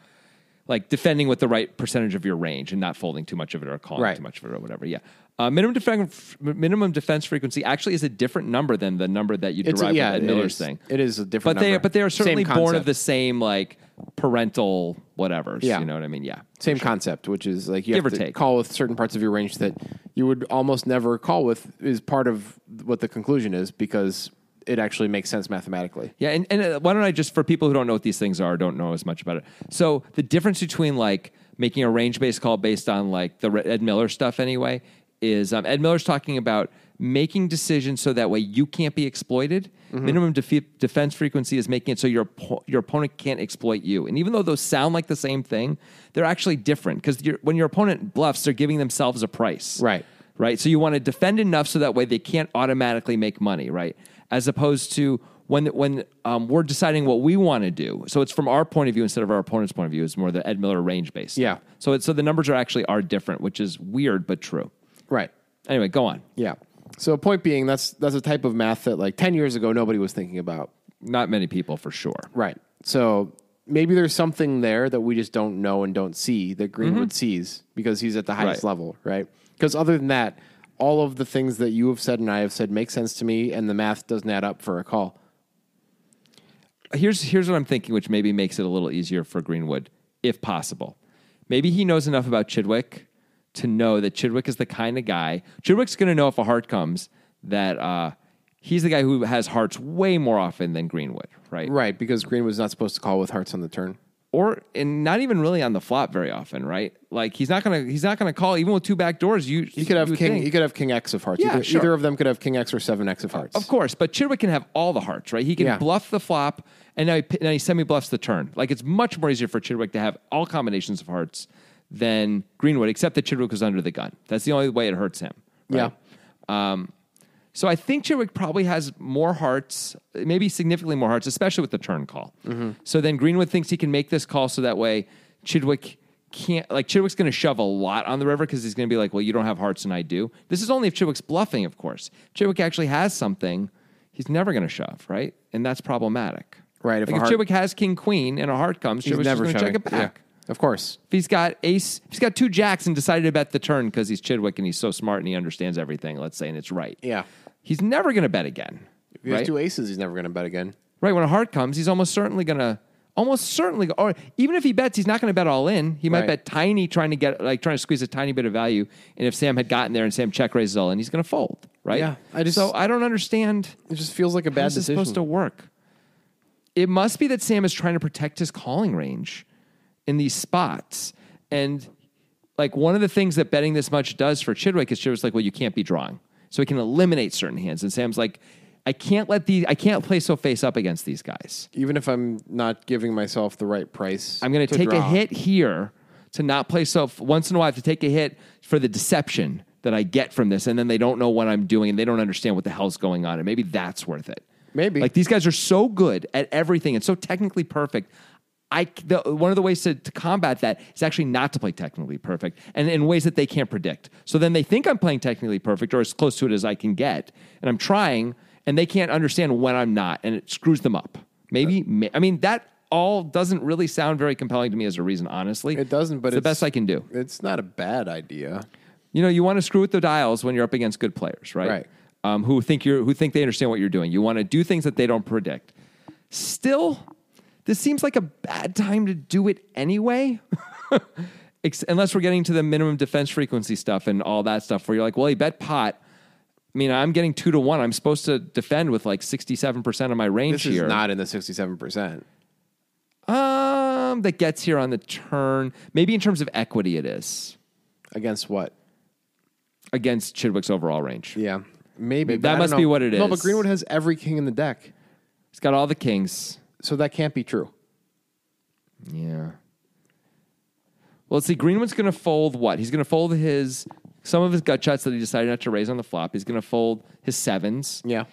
Speaker 1: like defending with the right percentage of your range and not folding too much of it or calling
Speaker 2: Right.
Speaker 1: too much of it or whatever. Yeah, uh, minimum defense minimum defense frequency actually is a different number than the number that you
Speaker 2: It's a-
Speaker 1: derive
Speaker 2: yeah,
Speaker 1: from Ed
Speaker 2: it
Speaker 1: Miller's
Speaker 2: is.
Speaker 1: thing.
Speaker 2: It is a different
Speaker 1: but they
Speaker 2: number.
Speaker 1: but they are
Speaker 2: Same
Speaker 1: certainly born of
Speaker 2: concept.
Speaker 1: the same like parental whatever.
Speaker 2: Yeah.
Speaker 1: you know what I mean. Yeah,
Speaker 2: Same concept, which is like you
Speaker 1: Give
Speaker 2: have
Speaker 1: or
Speaker 2: to
Speaker 1: take.
Speaker 2: call with certain parts of your range that you would almost never call with is part of what the conclusion is because it actually makes sense mathematically.
Speaker 1: Yeah, and, and uh, why don't I just for people who don't know what these things are, don't know as much about it. So the difference between like making a range based call based on like the Re- Ed Miller stuff anyway is um, Ed Miller's talking about making decisions so that way you can't be exploited. Minimum defe- defense frequency is making it so your oppo- your opponent can't exploit you. And even though those sound like the same thing, they're actually different because when your opponent bluffs, they're giving themselves a price
Speaker 2: Right.
Speaker 1: right? So you want to defend enough so that way they can't automatically make money, right? As opposed to when when um, we're deciding what we want to do. So it's from our point of view instead of our opponent's point of view. It's more the Ed Miller range based.
Speaker 2: Yeah.
Speaker 1: So it's, so the numbers are actually are different, which is weird but true.
Speaker 2: Right.
Speaker 1: Anyway, go on.
Speaker 2: Yeah. So point being that's that's a type of math that like 10 years ago nobody was thinking about.
Speaker 1: Not many people for sure.
Speaker 2: Right. So maybe there's something there that we just don't know and don't see that Greenwood sees because he's at the highest
Speaker 1: Mm-hmm. Right.
Speaker 2: level, right? Because other than that, all of the things that you have said and I have said make sense to me and the math doesn't add up for a call.
Speaker 1: here's here's what I'm thinking, which maybe makes it a little easier for Greenwood, if possible. Maybe he knows enough about Chidwick to know that Chidwick is the kind of guy. Chidwick's going to know if a heart comes that uh, he's the guy who has hearts way more often than Greenwood, right?
Speaker 2: Right, because Greenwood's not supposed to call with hearts on the turn.
Speaker 1: Or and not even really on the flop very often, right? Like he's not gonna he's not gonna call even with two back doors. You
Speaker 2: He could have
Speaker 1: you would
Speaker 2: king.
Speaker 1: think.
Speaker 2: He could have king X of hearts.
Speaker 1: Yeah,
Speaker 2: either,
Speaker 1: sure.
Speaker 2: either of them could have king X or seven X of hearts.
Speaker 1: Of course, but Chidwick can have all the hearts, right? He can
Speaker 2: Yeah.
Speaker 1: bluff the flop, and now he, pi- now he semi bluffs the turn. Like it's much more easier for Chidwick to have all combinations of hearts than Greenwood, except that Chidwick was under the gun. That's the only way it hurts him.
Speaker 2: Yeah.
Speaker 1: So I think Chidwick probably has more hearts, maybe significantly more hearts, especially with the turn call.
Speaker 2: Mm-hmm.
Speaker 1: So then Greenwood thinks he can make this call, so that way Chidwick can't. Like Chidwick's going to shove a lot on the river because he's going to be like, "Well, you don't have hearts, and I do." This is only if Chidwick's bluffing, of course. Chidwick actually has something. He's never going to shove, right? And that's problematic.
Speaker 2: Right, if
Speaker 1: If, like
Speaker 2: a
Speaker 1: if
Speaker 2: heart-
Speaker 1: Chidwick has king queen and a heart comes,
Speaker 2: He's
Speaker 1: Chidwick's just
Speaker 2: never
Speaker 1: going to check
Speaker 2: shoving.
Speaker 1: it back.
Speaker 2: Yeah. Of course.
Speaker 1: If he's got ace, if he's got two jacks and decided to bet the turn because he's Chidwick and he's so smart and he understands everything, let's say, and it's right.
Speaker 2: Yeah.
Speaker 1: He's never going to bet again.
Speaker 2: If he has
Speaker 1: Right?
Speaker 2: two aces, he's never going to bet again.
Speaker 1: right. When a heart comes, he's almost certainly going to, almost certainly, or even if he bets, he's not going to bet all in. He might
Speaker 2: Right.
Speaker 1: bet tiny, trying to get, like, trying to squeeze a tiny bit of value. And if Sam had gotten there and Sam check raises all in, he's going to fold. Right.
Speaker 2: Yeah, I just-
Speaker 1: so I don't understand.
Speaker 2: It just feels like a bad
Speaker 1: How's this
Speaker 2: decision.
Speaker 1: supposed to work? It must be that Sam is trying to protect his calling range in these spots. And like one of the things that betting this much does for Chidwick is Chidwick's like, well, you can't be drawing. So he can eliminate certain hands. And Sam's like, I can't let these I can't play so face up against these guys.
Speaker 2: Even if I'm not giving myself the right price,
Speaker 1: I'm gonna
Speaker 2: to
Speaker 1: take a
Speaker 2: draw.
Speaker 1: hit here to not play so once in a while I have to take a hit for the deception that I get from this. And then they don't know what I'm doing and they don't understand what the hell's going on. And maybe that's worth it.
Speaker 2: Maybe.
Speaker 1: Like these guys are so good at everything and so technically perfect. I c- the, one of the ways to, to combat that is actually not to play technically perfect and in ways that they can't predict. So then they think I'm playing technically perfect or as close to it as I can get, and I'm trying, and they can't understand when I'm not, and it screws them up.
Speaker 2: Uh,
Speaker 1: Maybe ma- I mean that all doesn't really sound very compelling to me as a reason, honestly.
Speaker 2: It doesn't, but
Speaker 1: it's the
Speaker 2: it's-
Speaker 1: best I can do.
Speaker 2: It's not a bad idea.
Speaker 1: You know, you want to screw with the dials when you're up against good players, right?
Speaker 2: Right.
Speaker 1: Um, who think you're who think they understand what you're doing. You want to do things that they don't predict. Still, this seems like a bad time to do it anyway. [LAUGHS] Ex- Unless we're getting to the minimum defense frequency stuff and all that stuff, where you're like, well, he bet pot. I mean, I'm getting two to one. I'm supposed to defend with like 67% of my range
Speaker 2: This is
Speaker 1: here.
Speaker 2: not in the 67%.
Speaker 1: um, that gets here on the turn. Maybe in terms of equity, it is
Speaker 2: Against what?
Speaker 1: against Chidwick's overall range.
Speaker 2: Yeah. Maybe. but
Speaker 1: that
Speaker 2: I don't
Speaker 1: must
Speaker 2: know.
Speaker 1: be what it
Speaker 2: No, but
Speaker 1: is.
Speaker 2: Greenwood has every king in the deck.
Speaker 1: He's got all the kings.
Speaker 2: So that can't be true.
Speaker 1: Yeah. Well, let's see. Greenwood's going to fold what? He's going to fold his Some of his gut shots that he decided not to raise on the flop, he's going to fold his sevens.
Speaker 2: Yeah.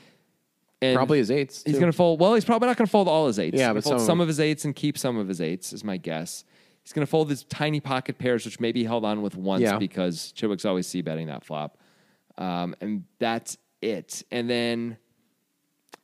Speaker 1: And
Speaker 2: Probably his eights.
Speaker 1: He's
Speaker 2: too.
Speaker 1: going to fold. Well, he's probably not going to fold all his eights.
Speaker 2: Yeah,
Speaker 1: He's gonna
Speaker 2: but
Speaker 1: fold
Speaker 2: some of
Speaker 1: some
Speaker 2: them.
Speaker 1: of his eights and keep some of his eights is my guess. He's going to fold his tiny pocket pairs, which maybe he held on with once
Speaker 2: Yeah.
Speaker 1: because Chibwick's always see betting that flop, um, and that's it. And then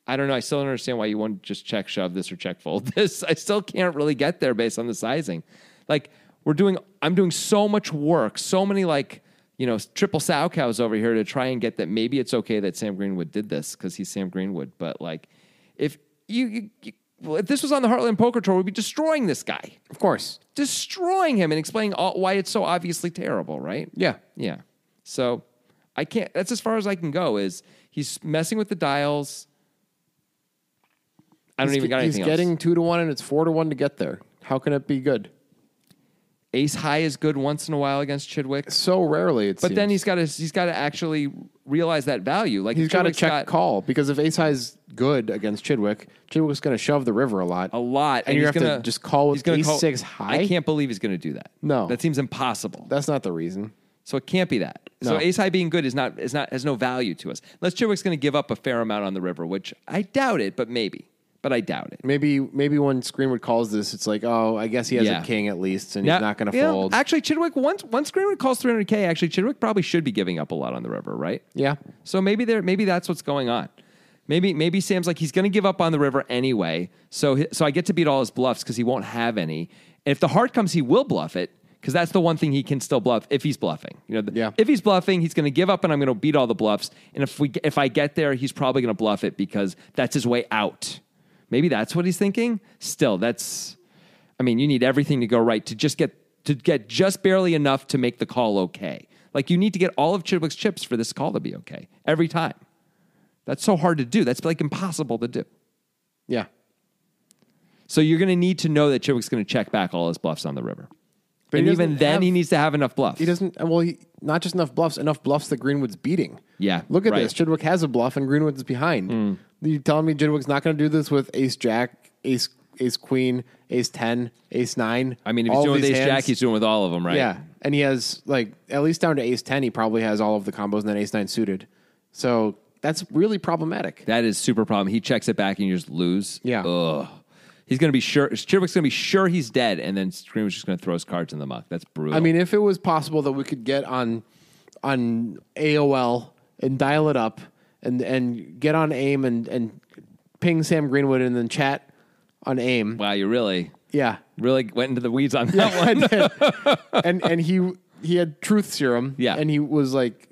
Speaker 1: I don't know. I still don't understand why you wouldn't just check shove this or check fold [LAUGHS] this. I still can't really get there based on the sizing. Like we're doing, I'm doing so much work, so many like you know triple sow cows over here to try and get that. Maybe it's okay that Sam Greenwood did this because he's Sam Greenwood. But like, if you, you, you well, if this was on the Heartland Poker Tour, we'd be destroying this guy,
Speaker 2: Of course.
Speaker 1: destroying him, and explaining all, why it's so obviously terrible, right?
Speaker 2: Yeah.
Speaker 1: Yeah. So I can't. That's as far as I can go. Is he's messing with the dials? I don't
Speaker 2: He's
Speaker 1: even
Speaker 2: ge-
Speaker 1: got anything
Speaker 2: He's getting
Speaker 1: else.
Speaker 2: two to one, and it's four to one to get there. How can it be good?
Speaker 1: Ace high is good once in a while against Chidwick,
Speaker 2: So rarely, it's.
Speaker 1: but then he's got to he's got to actually realize that value. Like
Speaker 2: he's got to
Speaker 1: Chidwick's
Speaker 2: check
Speaker 1: got
Speaker 2: call because if Ace High's good against Chidwick, Chidwick's going to shove the river a lot.
Speaker 1: a lot,
Speaker 2: and,
Speaker 1: he's
Speaker 2: you have
Speaker 1: gonna
Speaker 2: to just call
Speaker 1: he's
Speaker 2: with
Speaker 1: gonna
Speaker 2: Ace
Speaker 1: call-
Speaker 2: Six High.
Speaker 1: I can't believe he's going to do that.
Speaker 2: No.
Speaker 1: that seems impossible.
Speaker 2: That's not the reason.
Speaker 1: So it can't be that. So
Speaker 2: No.
Speaker 1: ace high being good is not is not has no value to us. Unless Chidwick's going to give up a fair amount on the river, which I doubt it, but maybe. But I doubt it.
Speaker 2: Maybe maybe when Screenwood calls this, it's like, oh, I guess he has
Speaker 1: Yeah.
Speaker 2: a king at least, and
Speaker 1: Yeah,
Speaker 2: he's not going to
Speaker 1: yeah.
Speaker 2: fold.
Speaker 1: Actually, Chidwick once once Greenwood calls 300k, actually Chidwick probably should be giving up a lot on the river, right?
Speaker 2: yeah,
Speaker 1: So maybe there maybe that's what's going on. Maybe maybe Sam's like he's going to give up on the river anyway. So he- so I get to beat all his bluffs cuz he won't have any. And if the heart comes, he will bluff it cuz that's the one thing he can still bluff if he's bluffing. You know, the-
Speaker 2: Yeah.
Speaker 1: if he's bluffing, he's going to give up and I'm going to beat all the bluffs. And if we if I get there, he's probably going to bluff it because that's his way out. Maybe that's what he's thinking. Still, that's I mean, you need everything to go right to just get to get just barely enough to make the call okay. Like you need to get all of Chidwick's chips for this call to be okay every time. That's so hard to do. That's like impossible to do.
Speaker 2: yeah.
Speaker 1: So you're going to need to know that Chidwick's going to check back all his bluffs on the river.
Speaker 2: But
Speaker 1: and
Speaker 2: he
Speaker 1: even
Speaker 2: doesn't
Speaker 1: then,
Speaker 2: have-
Speaker 1: he needs to have enough bluffs.
Speaker 2: He doesn't. uh, Well, he, not just enough bluffs, enough bluffs that Greenwood's beating.
Speaker 1: Yeah,
Speaker 2: look at
Speaker 1: right. Hmm.
Speaker 2: this. Chidwick has a bluff, and Greenwood's behind. You telling me Chidwick's not going to do this with Ace Jack, Ace Ace Queen, Ace Ten, Ace Nine?
Speaker 1: I mean, if he's
Speaker 2: all
Speaker 1: doing with
Speaker 2: these
Speaker 1: Ace
Speaker 2: hands?
Speaker 1: Jack, he's doing with all of them, right?
Speaker 2: yeah, and he has like at least down to Ace Ten. He probably has all of the combos, and then Ace Nine suited. So that's really problematic.
Speaker 1: That is super problem. He checks it back and you just lose.
Speaker 2: Yeah.
Speaker 1: Ugh. He's going to be sure. Chidwick's going to be sure he's dead, and then Screamer's just going to throw his cards in the muck. That's brutal.
Speaker 2: I mean, if it was possible that we could get on on AOL and dial it up and and get on AIM and and ping Sam Greenwood and then chat on AIM.
Speaker 1: wow, you really,
Speaker 2: Yeah, [LAUGHS]
Speaker 1: really went into the weeds on that one.
Speaker 2: and and he he had truth serum.
Speaker 1: Yeah.
Speaker 2: and he was like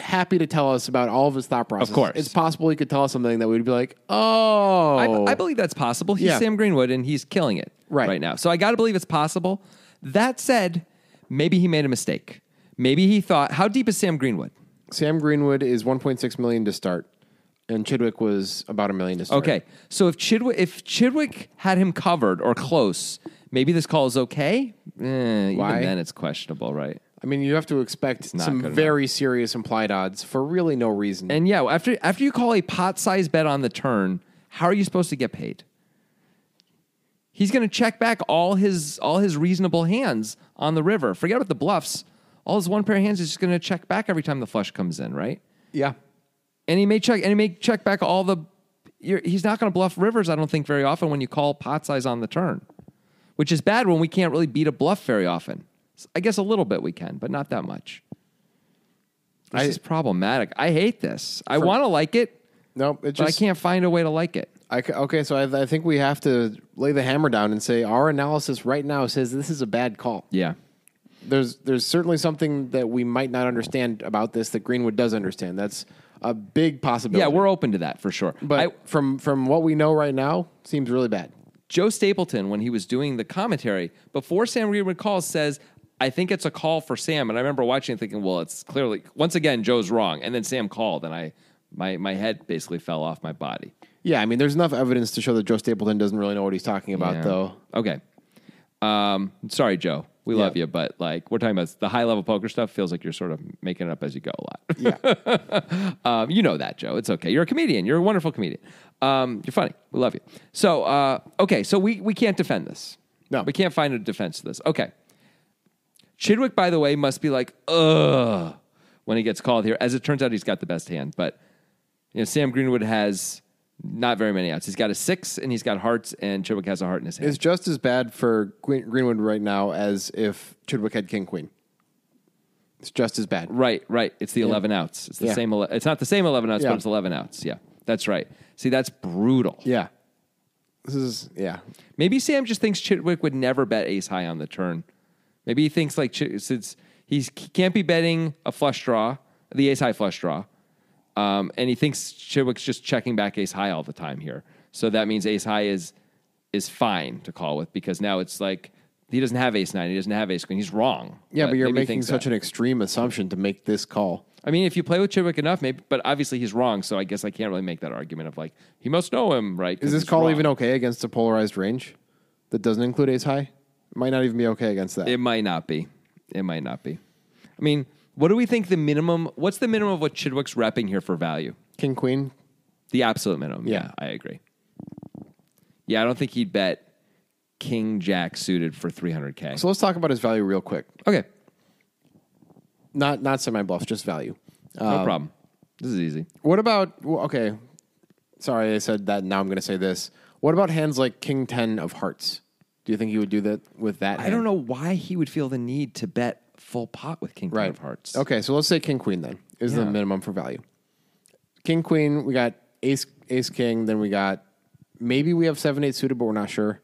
Speaker 2: happy to tell us about all of his thought process.
Speaker 1: course.
Speaker 2: it's possible he could tell us something that we'd be like, oh,
Speaker 1: I, I believe that's possible. He's
Speaker 2: Yeah.
Speaker 1: Sam Greenwood, and he's killing it
Speaker 2: Right.
Speaker 1: now. So I got to believe it's possible. That said, maybe he made a mistake. Maybe he thought, how deep is Sam Greenwood?
Speaker 2: Sam Greenwood is 1.6 million to start, and Chidwick was about a million to start.
Speaker 1: Okay, so if Chidwick, if Chidwick had him covered or close, maybe this call is okay. Eh,
Speaker 2: Why?
Speaker 1: Even then, it's questionable, right?
Speaker 2: I mean, you have to expect
Speaker 1: not good
Speaker 2: some
Speaker 1: enough.
Speaker 2: very serious implied odds for really no reason.
Speaker 1: And yeah, after after you call a pot size bet on the turn, how are you supposed to get paid? He's going to check back all his all his reasonable hands on the river. Forget about the bluffs. All his one pair of hands is just going to check back every time the flush comes in, right?
Speaker 2: yeah.
Speaker 1: And he may check and he may check back all the. You're, he's not going to bluff rivers, I don't think, very often when you call pot size on the turn, which is bad when we can't really beat a bluff very often. S- I guess a little bit we can, but not that much. This
Speaker 2: I-
Speaker 1: is problematic. I hate this. I want to like it.
Speaker 2: Nope. It
Speaker 1: But
Speaker 2: just,
Speaker 1: I can't find a way to like it.
Speaker 2: I ca- okay, so I, I think we have to lay the hammer down and say our analysis right now says this is a bad call.
Speaker 1: Yeah.
Speaker 2: There's there's certainly something that we might not understand about this that Greenwood does understand. That's a big possibility.
Speaker 1: Yeah, we're open to that for sure.
Speaker 2: but
Speaker 1: I,
Speaker 2: from from what we know right now, seems really bad.
Speaker 1: Joe Stapleton, when he was doing the commentary, before Sam Greenwood calls, says, I think it's a call for Sam. And I remember watching and thinking, well, it's clearly, once again, Joe's wrong. And then Sam called, and I, my, my head basically fell off my body.
Speaker 2: Yeah, I mean, there's enough evidence to show that Joe Stapleton doesn't really know what he's talking about,
Speaker 1: Yeah.
Speaker 2: though.
Speaker 1: Okay. Um, sorry, Joe. We
Speaker 2: Yeah.
Speaker 1: love you, but like we're talking about the high level poker stuff feels like you're sort of making it up as you go a lot.
Speaker 2: Yeah,
Speaker 1: [LAUGHS] Um, you know that, Joe. It's okay. You're a comedian. You're a wonderful comedian. Um, you're funny. We love you. So, uh, okay. So we, we can't defend this.
Speaker 2: No.
Speaker 1: We can't find a defense to this. Okay. Chidwick, by the way, must be like, ugh, when he gets called here. As it turns out, he's got the best hand, but you know Sam Greenwood has not very many outs. He's got a six, and he's got hearts, and Chubbuck has a heart in his hand.
Speaker 2: It's just as bad for Green- Greenwood right now as if Chidwick had King Queen. It's just as bad.
Speaker 1: Right, right. It's the eleven outs. It's the
Speaker 2: Yeah.
Speaker 1: same. ele- It's not the same eleven outs,
Speaker 2: Yeah.
Speaker 1: but it's eleven outs. Yeah, that's right. See, that's brutal.
Speaker 2: Yeah. This is, yeah.
Speaker 1: Maybe Sam just thinks Chitwick would never bet ace high on the turn. Maybe he thinks like Chit- since he's, he can't be betting a flush draw, the ace high flush draw, um, and he thinks Chitwick's just checking back ace high all the time here. So that means ace high is is fine to call with because now it's like he doesn't have ace nine, he doesn't have ace queen. He's wrong.
Speaker 2: Yeah, but, you're
Speaker 1: maybe he
Speaker 2: making
Speaker 1: thinks
Speaker 2: such
Speaker 1: that.
Speaker 2: an extreme assumption to make this call.
Speaker 1: I mean, if you play with Chitwick enough, maybe. But obviously he's wrong, so I guess I can't really make that argument of like he must know him, right? 'cause
Speaker 2: Is this
Speaker 1: he's
Speaker 2: call
Speaker 1: wrong.
Speaker 2: even okay against a polarized range that doesn't include ace high? It might not even be okay against that.
Speaker 1: It might not be. It might not be. I mean, what do we think the minimum? What's the minimum of what Chidwick's repping here for value?
Speaker 2: King Queen.
Speaker 1: The absolute minimum.
Speaker 2: Yeah.
Speaker 1: I agree. Yeah, I don't think he'd bet King Jack suited for 300K.
Speaker 2: So let's talk about his value real quick.
Speaker 1: okay,
Speaker 2: Not not semi bluff, just value.
Speaker 1: no
Speaker 2: um,
Speaker 1: problem. This is easy.
Speaker 2: What about well, okay? Sorry, I said that. Now I'm going to say this. What about hands like King Ten of Hearts? Do you think he would do that with that?
Speaker 1: I don't know why he would feel the need to bet full pot with King
Speaker 2: Right.
Speaker 1: of Hearts.
Speaker 2: Okay, so let's say King Queen then is the
Speaker 1: Yeah.
Speaker 2: minimum for value. King Queen, we got Ace Ace King. Then we got maybe we have seven eight suited, but we're not sure.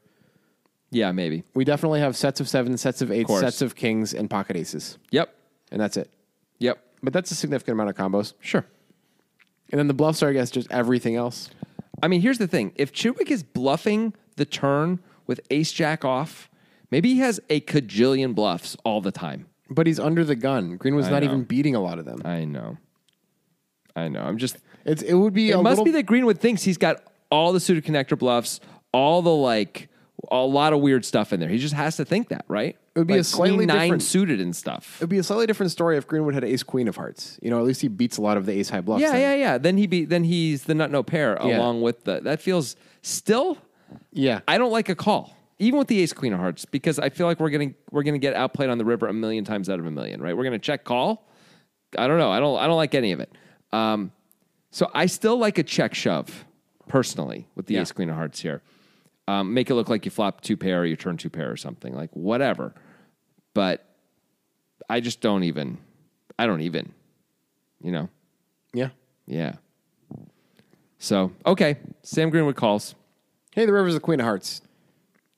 Speaker 1: Yeah, maybe.
Speaker 2: We definitely have sets of seven, sets of eight,
Speaker 1: course.
Speaker 2: sets of kings, and pocket aces,
Speaker 1: Yep.
Speaker 2: and that's it.
Speaker 1: Yep.
Speaker 2: But that's a significant amount of combos.
Speaker 1: Sure.
Speaker 2: And then the bluffs are, I guess, just everything else.
Speaker 1: I mean, here's the thing: if Chidwick is bluffing the turn with Ace Jack off, maybe he has a cajillion bluffs all the time.
Speaker 2: But he's under the gun. Greenwood's not
Speaker 1: know.
Speaker 2: even beating a lot of them.
Speaker 1: I know, I know. I'm just.
Speaker 2: It's it would be
Speaker 1: It
Speaker 2: a
Speaker 1: must
Speaker 2: little,
Speaker 1: be that Greenwood thinks he's got all the suited connector bluffs, all the like, a lot of weird stuff in there. He just has to think that, right? It
Speaker 2: would be a slightly
Speaker 1: nine
Speaker 2: different-
Speaker 1: suited and stuff.
Speaker 2: It'd be a slightly different story if Greenwood had ace queen of hearts. You know, at least he beats a lot of the ace high bluffs.
Speaker 1: Yeah,
Speaker 2: then.
Speaker 1: yeah, yeah. Then he be then he's the nut no pair
Speaker 2: Yeah.
Speaker 1: along with the that feels still.
Speaker 2: yeah.
Speaker 1: I don't like a call, even with the ace queen of hearts, because I feel like we're gonna we're gonna get outplayed on the river a million times out of a million, right? We're gonna check call. I don't know. I don't I don't like any of it. Um, so I still like a check shove personally with the ace queen of hearts here. Um, make it look like you flop two pair or you turn two pair or something like whatever. But I just don't even. I don't even. You know.
Speaker 2: yeah.
Speaker 1: Yeah. So okay, Sam Greenwood calls.
Speaker 2: Hey, the river's the queen of hearts.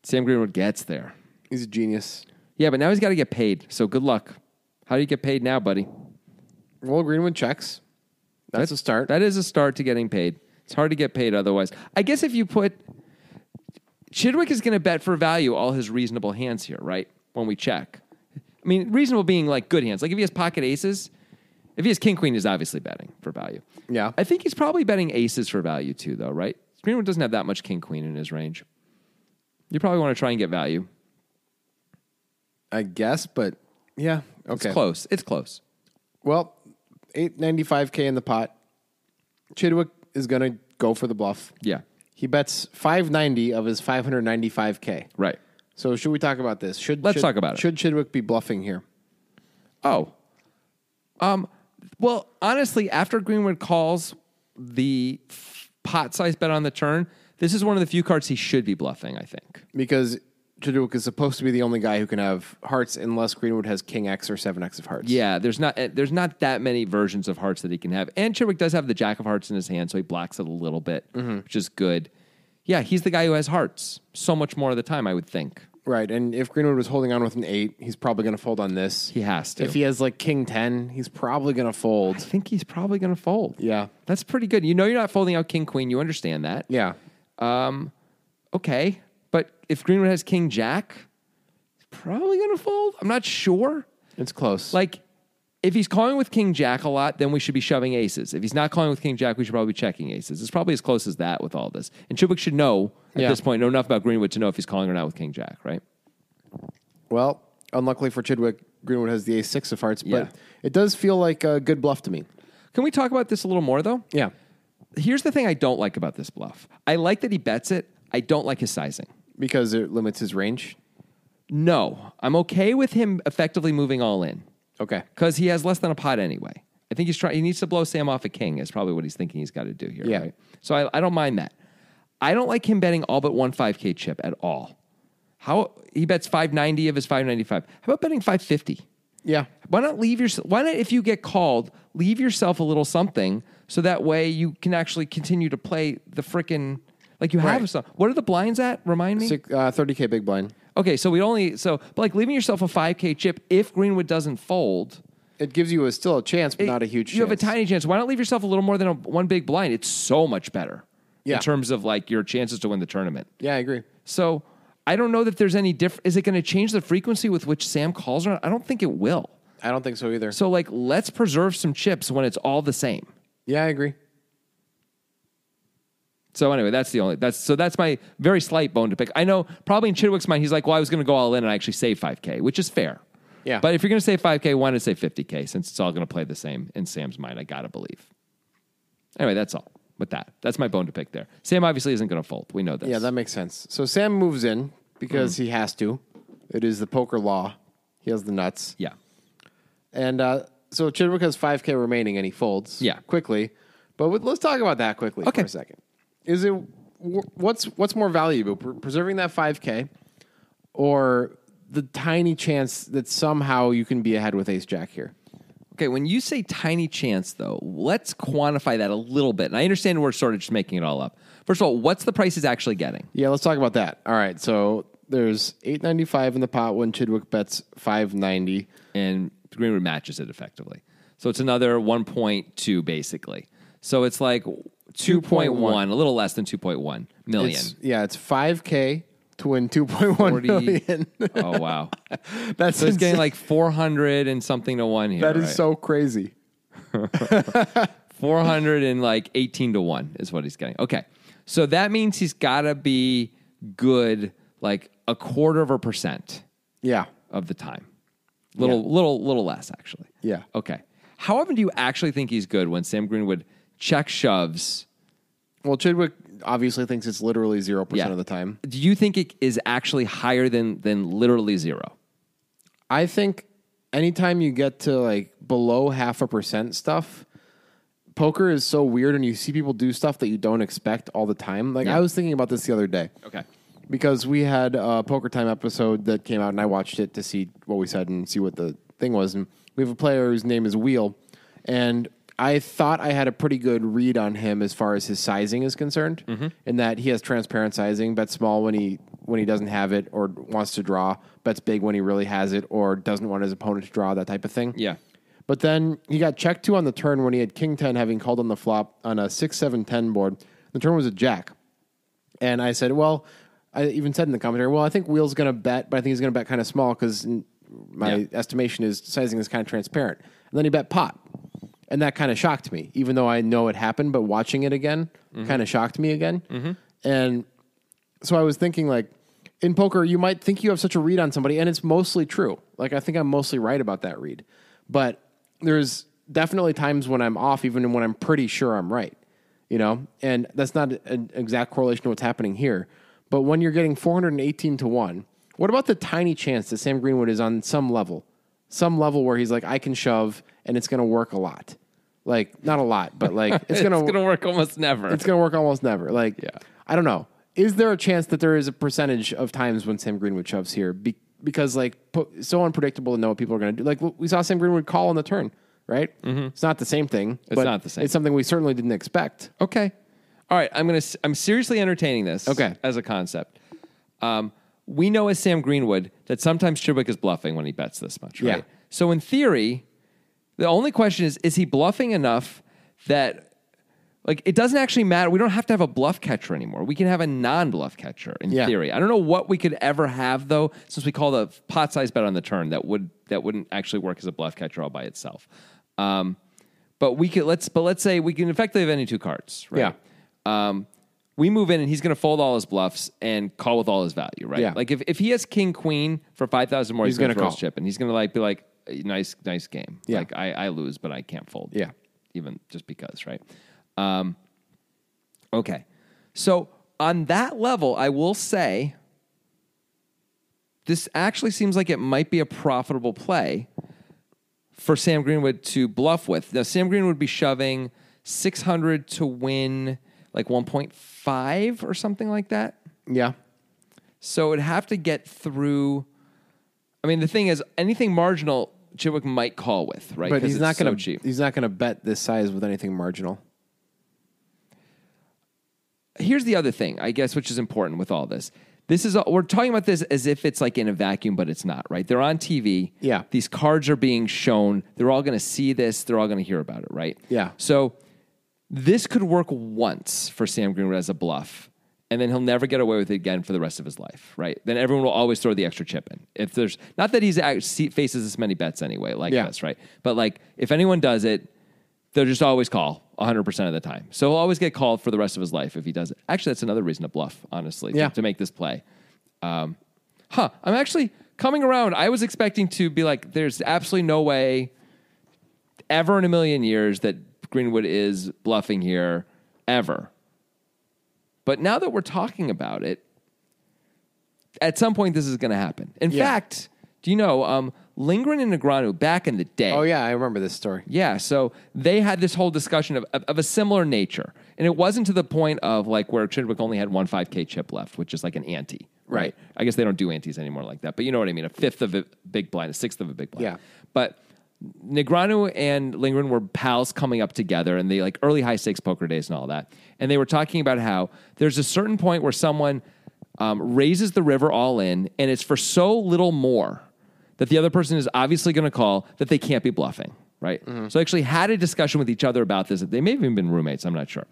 Speaker 1: Sam Greenwood gets there.
Speaker 2: He's a genius.
Speaker 1: Yeah, but now he's got to get paid. So good luck. How do you get paid now, buddy?
Speaker 2: Well, Greenwood checks. That's a start.
Speaker 1: That is a start to getting paid. It's hard to get paid otherwise. I guess if you put Chidwick is going to bet for value all his reasonable hands here, right? When we check. I mean, reasonable being like good hands. Like if he has pocket aces, if he has king queen, he's obviously betting for value.
Speaker 2: Yeah.
Speaker 1: I think he's probably betting aces for value too, though, right? Greenwood doesn't have that much king queen in his range. You probably want to try and get value.
Speaker 2: I guess, but yeah.
Speaker 1: It's
Speaker 2: Okay.
Speaker 1: close. It's close.
Speaker 2: Well, eight ninety five k in the pot. Chidwick is gonna go for the bluff.
Speaker 1: Yeah.
Speaker 2: He bets five ninety of his five hundred ninety five k.
Speaker 1: Right.
Speaker 2: So should we talk about this? Should
Speaker 1: Let's
Speaker 2: should-
Speaker 1: talk about it.
Speaker 2: Should Chidwick be bluffing here?
Speaker 1: Oh. Um, well, honestly, after Greenwood calls the f- pot size bet on the turn, this is one of the few cards he should be bluffing, I think.
Speaker 2: Because Chidwick is supposed to be the only guy who can have hearts unless Greenwood has King X or Seven X of hearts.
Speaker 1: Yeah, there's not eh, there's not that many versions of hearts that he can have. And Chidwick does have the jack of hearts in his hand, so he blocks it a little bit, which is good. Yeah, he's the guy who has hearts so much more of the time, I would think.
Speaker 2: Right. And if Greenwood was holding on with an eight, he's probably gonna fold on this.
Speaker 1: He has to.
Speaker 2: If he has like King Ten, he's probably gonna
Speaker 1: I
Speaker 2: fold.
Speaker 1: think he's probably going to fold.
Speaker 2: Yeah.
Speaker 1: That's pretty good. You know you're not folding out king queen, you understand that.
Speaker 2: Yeah.
Speaker 1: okay, but if Greenwood has King Jack, he's probably going to fold. I'm not sure.
Speaker 2: It's close.
Speaker 1: Like, if he's calling with King Jack a lot, then we should be shoving aces. If he's not calling with King Jack, we should probably be checking aces. It's probably as close as that with all this. And Chubbuck should know at
Speaker 2: Yeah.
Speaker 1: this point, know enough about Greenwood to know if he's calling or not with King Jack, right?
Speaker 2: Well, unluckily for Chidwick, Greenwood has the ace six of hearts,
Speaker 1: Yeah.
Speaker 2: but it does feel like a good bluff to me.
Speaker 1: Can we talk about this a little more, though?
Speaker 2: Yeah.
Speaker 1: Here's the thing I don't like about this bluff I like that he bets it, I don't like his sizing.
Speaker 2: Because it limits his range.
Speaker 1: No, I'm okay with him effectively moving all in.
Speaker 2: Okay.
Speaker 1: because he has less than a pot anyway. I think he's trying. He needs to blow Sam off a king. Is probably what he's thinking he's got to do here.
Speaker 2: Yeah.
Speaker 1: right? So I, I don't mind that. I don't like him betting all but one 5K chip at all. How he bets 590 of his 595. How about betting 550?
Speaker 2: Yeah.
Speaker 1: Why not leave your? Why not if you get called, leave yourself a little something so that way you can actually continue to play the frickin' like you have
Speaker 2: Right.
Speaker 1: some. What are the blinds at? Remind me.
Speaker 2: Six, uh, 30K big blind.
Speaker 1: Okay, so we only so but like leaving yourself a 5K chip if Greenwood doesn't fold.
Speaker 2: It gives you a, still a chance, but
Speaker 1: it-
Speaker 2: not a huge
Speaker 1: You have a
Speaker 2: chance.
Speaker 1: tiny chance. Why not leave yourself a little more than a, one big blind? It's so much better
Speaker 2: Yeah.
Speaker 1: in terms of like your chances to win the tournament.
Speaker 2: Yeah, I agree.
Speaker 1: So I don't know that there's any diff. Is it going to change the frequency with which Sam calls or not? I don't think it will.
Speaker 2: I don't think so either.
Speaker 1: So like, let's preserve some chips when it's all the same.
Speaker 2: yeah, I agree.
Speaker 1: So anyway, that's the only that's so that's my very slight bone to pick. I know probably in Chidwick's mind, he's like, "Well, I was going to go all in and I actually save 5K," which is fair.
Speaker 2: Yeah.
Speaker 1: But if you're going to save 5K, why not save 50K since it's all going to play the same in Sam's mind? I gotta believe. Anyway, that's all with that. That's my bone to pick there. Sam obviously isn't going to fold. We know this.
Speaker 2: Yeah, that makes sense. So Sam moves in because
Speaker 1: Mm-hmm.
Speaker 2: he has to. It is the poker law. He has the nuts.
Speaker 1: yeah.
Speaker 2: And uh, so Chidwick has 5K remaining and he folds
Speaker 1: Yeah.
Speaker 2: quickly. But with, let's talk about that quickly
Speaker 1: Okay.
Speaker 2: for a second. Is it wh- what's what's more valuable, pre- preserving that 5K or the tiny chance that somehow you can be ahead with ace jack here?
Speaker 1: Okay, when you say tiny chance, though, let's quantify that a little bit. And I understand we're sort of just making it all up. First of all, what's the price is actually getting?
Speaker 2: Yeah, let's talk about that. All right, so there's 895 in the pot when Chidwick bets 590.
Speaker 1: and Greenwood matches it effectively. So it's another 1.2 basically. So it's like 2.1, a little less than 2.1 million.
Speaker 2: It's, yeah, it's 5K to win 2.1 million. [LAUGHS]
Speaker 1: oh wow.
Speaker 2: That's
Speaker 1: So it's getting
Speaker 2: insane.
Speaker 1: like 400 and something to 1 here.
Speaker 2: that is
Speaker 1: right?
Speaker 2: so crazy.
Speaker 1: 400 and like 18 to 1 is what he's getting. Okay. So that means he's got to be good like a quarter of a percent
Speaker 2: Yeah.
Speaker 1: of the time. Little little little less actually.
Speaker 2: Yeah.
Speaker 1: Okay. How often do you actually think he's good when Sam Greenwood check shoves
Speaker 2: Well, Chidwick obviously thinks it's literally 0%
Speaker 1: Yeah.
Speaker 2: of the time.
Speaker 1: do you think it is actually higher than than literally zero?
Speaker 2: I think anytime you get to like below half a percent stuff, poker is so weird and you see people do stuff that you don't expect all the time. Like
Speaker 1: Yeah.
Speaker 2: I was thinking about this the other day.
Speaker 1: Okay.
Speaker 2: Because we had a poker time episode that came out and I watched it to see what we said and see what the thing was. And we have a player whose name is Wheel. And I thought I had a pretty good read on him as far as his sizing is concerned, in that he has transparent sizing, bets small when he when he doesn't have it or wants to draw, bets big when he really has it or doesn't want his opponent to draw, that type of thing.
Speaker 1: Yeah.
Speaker 2: But then he got checked to on the turn when he had King 10 having called on the flop on a 6 7 10 board. The turn was a jack. And I said, well, I even said in the commentary, well, I think Wheel's going to bet, but I think he's going to bet kind of small because my
Speaker 1: Yeah.
Speaker 2: estimation is sizing is kind of transparent. And then he bet pot. And that kind of shocked me, even though I know it happened, but watching it again kind of shocked me again. And so I was thinking, like, in poker, you might think you have such a read on somebody, and it's mostly true. Like, I think I'm mostly right about that read. But there's definitely times when I'm off, even when I'm pretty sure I'm right, you know? And that's not an exact correlation to what's happening here. But when you're getting 418 to 1, what about the tiny chance that Sam Greenwood is on some level? Some level where he's like, I can shove and it's going to work a lot. Like, not a lot, but like,
Speaker 1: [LAUGHS]
Speaker 2: it's going
Speaker 1: It's
Speaker 2: to
Speaker 1: gonna work almost never.
Speaker 2: it's going to work almost never. Like,
Speaker 1: Yeah.
Speaker 2: I don't know. Is there a chance that there is a percentage of times when Sam Greenwood shoves here? Be- because like po- so unpredictable to know what people are going to do. Like we saw Sam Greenwood call on the turn, right? It's not the same thing. It's
Speaker 1: Mm-hmm. not the same.
Speaker 2: It's something we certainly didn't expect.
Speaker 1: okay. All right. I'm gonna. s- I'm seriously entertaining this.
Speaker 2: Okay.
Speaker 1: As a concept, um, we know as Sam Greenwood that sometimes Chidwick is bluffing when he bets this much. Right?
Speaker 2: Yeah.
Speaker 1: So in theory, the only question is: Is he bluffing enough that? Like it doesn't actually matter. We don't have to have a bluff catcher anymore. We can have a non-bluff catcher in
Speaker 2: Yeah.
Speaker 1: theory. I don't know what we could ever have though, since we call the pot size bet on the turn that would that wouldn't actually work as a bluff catcher all by itself. Um, but we could let's but let's say we can effectively have any two cards, right? Yeah. Um, we move in and he's going to fold all his bluffs and call with all his value, right?
Speaker 2: Yeah.
Speaker 1: Like if, if he has king queen for five thousand more, he's,
Speaker 2: He's
Speaker 1: going to
Speaker 2: gonna
Speaker 1: throw his
Speaker 2: call.
Speaker 1: chip and he's going to like be like, nice nice game.
Speaker 2: Yeah.
Speaker 1: Like I, I lose, but I can't fold.
Speaker 2: Yeah.
Speaker 1: Even just because, right? Um, Okay. So on that level, I will say this actually seems like it might be a profitable play for Sam Greenwood to bluff with. Now, Sam Greenwood would be shoving 600 to win like 1.5 or something like that.
Speaker 2: Yeah.
Speaker 1: So it'd have to get through. I mean, the thing is, anything marginal, Chipwick might call with, right?
Speaker 2: But
Speaker 1: 'Cause
Speaker 2: he's
Speaker 1: it's
Speaker 2: not
Speaker 1: so
Speaker 2: going to
Speaker 1: cheap.
Speaker 2: he's not going to bet this size with anything marginal.
Speaker 1: here's the other thing, I guess, which is important with all this. This is we're talking about this as if it's like in a vacuum, but it's not, right? They're on TV.
Speaker 2: Yeah.
Speaker 1: These cards are being shown. They're all going to see this. They're all going to hear about it, right?
Speaker 2: Yeah.
Speaker 1: So this could work once for Sam Greenwood as a bluff, and then he'll never get away with it again for the rest of his life, right? Then everyone will always throw the extra chip in. If there's not that he's act- see- faces this many bets anyway, like
Speaker 2: Yeah.
Speaker 1: this, right? But like if anyone does it, they'll just always call 100% of the time. So he'll always get called for the rest of his life if he does it. Actually, that's another reason to bluff, honestly, to-
Speaker 2: Yeah.
Speaker 1: to, make this play. Um, huh, I'm actually coming around. I was expecting to be like, there's absolutely no way ever in a million years that Greenwood is bluffing here, ever. But now that we're talking about it, at some point this is going to happen. In
Speaker 2: Yeah.
Speaker 1: fact, do you know um, Lindgren and Negreanu back in the day?
Speaker 2: Oh yeah, I remember this story.
Speaker 1: Yeah, so they had this whole discussion of, of, of a similar nature. And it wasn't to the point of like where Chidwick only had one 5K chip left, which is like an ante.
Speaker 2: Right.
Speaker 1: I guess they don't do antes anymore like that, but you know what I mean? A fifth of a big blind, a sixth of a big blind.
Speaker 2: Yeah.
Speaker 1: But Negranu and Lindgren were pals coming up together in the like early high stakes poker days and all that. And they were talking about how there's a certain point where someone um, raises the river all in and it's for so little more that the other person is obviously going to call that they can't be bluffing, right? So I actually had a discussion with each other about this. They may have even been roommates, I'm not sure.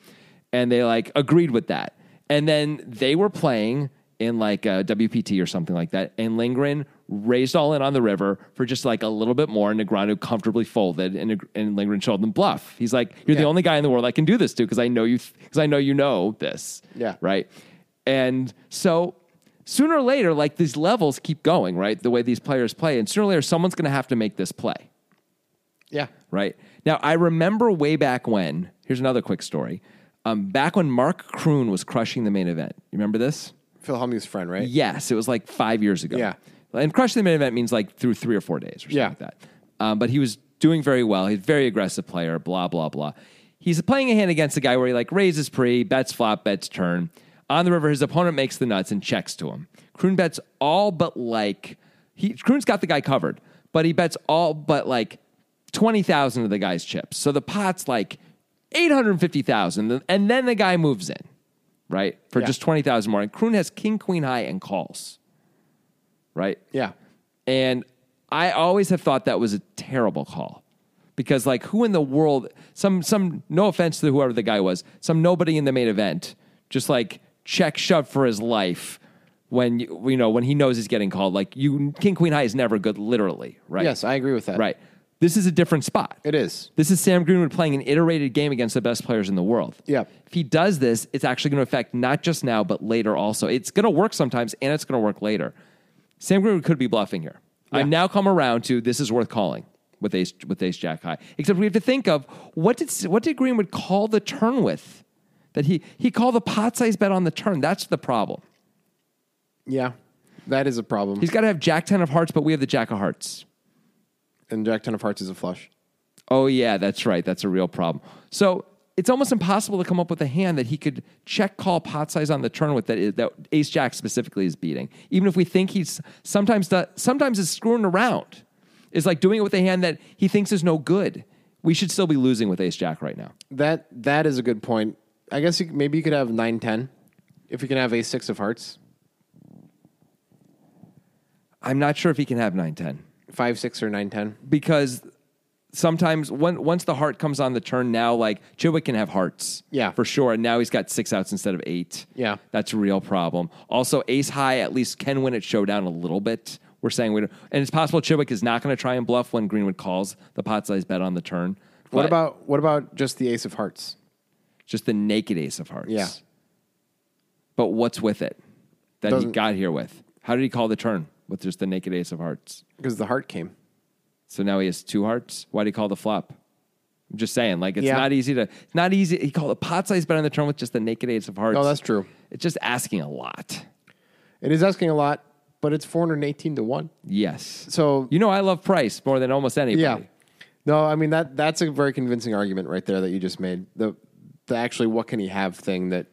Speaker 1: And they like agreed with that. And then they were playing in like uh, a WPT or something like that. And Lindgren raised all in on the river for just like a little bit more. And Negreanu comfortably folded, and, Neg- and Lindgren showed them bluff. He's like, "You're the
Speaker 2: Yeah.
Speaker 1: only guy in the world I can do this to because I know you because I know you know this."
Speaker 2: Yeah.
Speaker 1: right. And so sooner or later, like these levels keep going, right? The way these players play, and sooner or later, someone's going to have to make this play
Speaker 2: Yeah.
Speaker 1: right? Now, I remember way back when, here's another quick story. Um, back when Mark Kroon was crushing the main event. You remember this?
Speaker 2: Phil Hellmuth's friend, right?
Speaker 1: Yes, it was like five years ago.
Speaker 2: Yeah.
Speaker 1: And crushing the main event means like through three or four days or something
Speaker 2: Yeah.
Speaker 1: like that. Um, but he was doing very well. He's a very aggressive player, blah, blah, blah. He's playing a hand against a guy where he like raises pre, bets flop, bets turn. On the river, his opponent makes the nuts and checks to him. Kroon bets all but like, he, Kroon's got the guy covered, but he bets all but like 20,000 of the guy's chips. So the pot's like 850,000. And then the guy moves in, right? For
Speaker 2: Yeah.
Speaker 1: just 20,000 more. And Kroon has king, queen high and calls, right?
Speaker 2: Yeah.
Speaker 1: And I always have thought that was a terrible call. Because like who in the world some some no offense to whoever the guy was, some nobody in the main event just like check shove for his life when you, you know when he knows he's getting called like you king queen high is never good literally, right?
Speaker 2: Yes, I agree with that.
Speaker 1: Right. This is a different spot.
Speaker 2: It is.
Speaker 1: This is Sam Greenwood playing an iterated game against the best players in the world.
Speaker 2: Yep.
Speaker 1: If he does this, it's actually going to affect not just now, but later also. It's going to work sometimes and it's going to work later. Sam Greenwood could be bluffing here. I've now come around to this is worth calling with ace, with ace jack high. Except we have to think of what did, what did Greenwood call the turn with? That he, he called the pot size bet on the turn. That's the problem.
Speaker 2: Yeah. That is a problem.
Speaker 1: He's got to have jack 10 of hearts, but we have the jack of hearts.
Speaker 2: and Jack Ten of Hearts is a flush.
Speaker 1: Oh yeah, that's right. That's a real problem. So it's almost impossible to come up with a hand that he could check call pot size on the turn with that, that ace jack specifically is beating. Even if we think he's sometimes do- sometimes is screwing around, is like doing it with a hand that he thinks is no good. We should still be losing with ace jack right now.
Speaker 2: That that is a good point. I guess you, maybe you could have nine ten, if you can have a six of hearts,
Speaker 1: I'm not sure if he can have nine ten
Speaker 2: five six or nine ten.
Speaker 1: because sometimes when, once the heart comes on the turn now, like Chidwick can have hearts,
Speaker 2: Yeah.
Speaker 1: for sure. And now he's got six outs instead of eight.
Speaker 2: Yeah.
Speaker 1: That's a real problem. Also, ace high at least can win at showdown a little bit. We're saying we don't, and it's possible Chidwick is not going to try and bluff when Greenwood calls the pot size bet on the turn.
Speaker 2: What
Speaker 1: But
Speaker 2: about what about just the ace of hearts?
Speaker 1: just the naked ace of hearts?
Speaker 2: Yeah.
Speaker 1: But what's with it that he
Speaker 2: Doesn't-
Speaker 1: got here with? How did he call the turn with just the naked ace of hearts?
Speaker 2: Because the heart came.
Speaker 1: So now he has two hearts. Why do you call the flop? I'm just saying, like it's
Speaker 2: Yeah.
Speaker 1: not easy to. It's not easy. He called a pot size bet on the turn with just the naked ace of hearts.
Speaker 2: No, that's true.
Speaker 1: It's just asking a lot.
Speaker 2: It is asking a lot, but it's four hundred eighteen to one.
Speaker 1: Yes.
Speaker 2: So
Speaker 1: you know I love Price more than almost anybody.
Speaker 2: yeah, No, I mean that that's a very convincing argument right there that you just made. The the actually what can he have thing that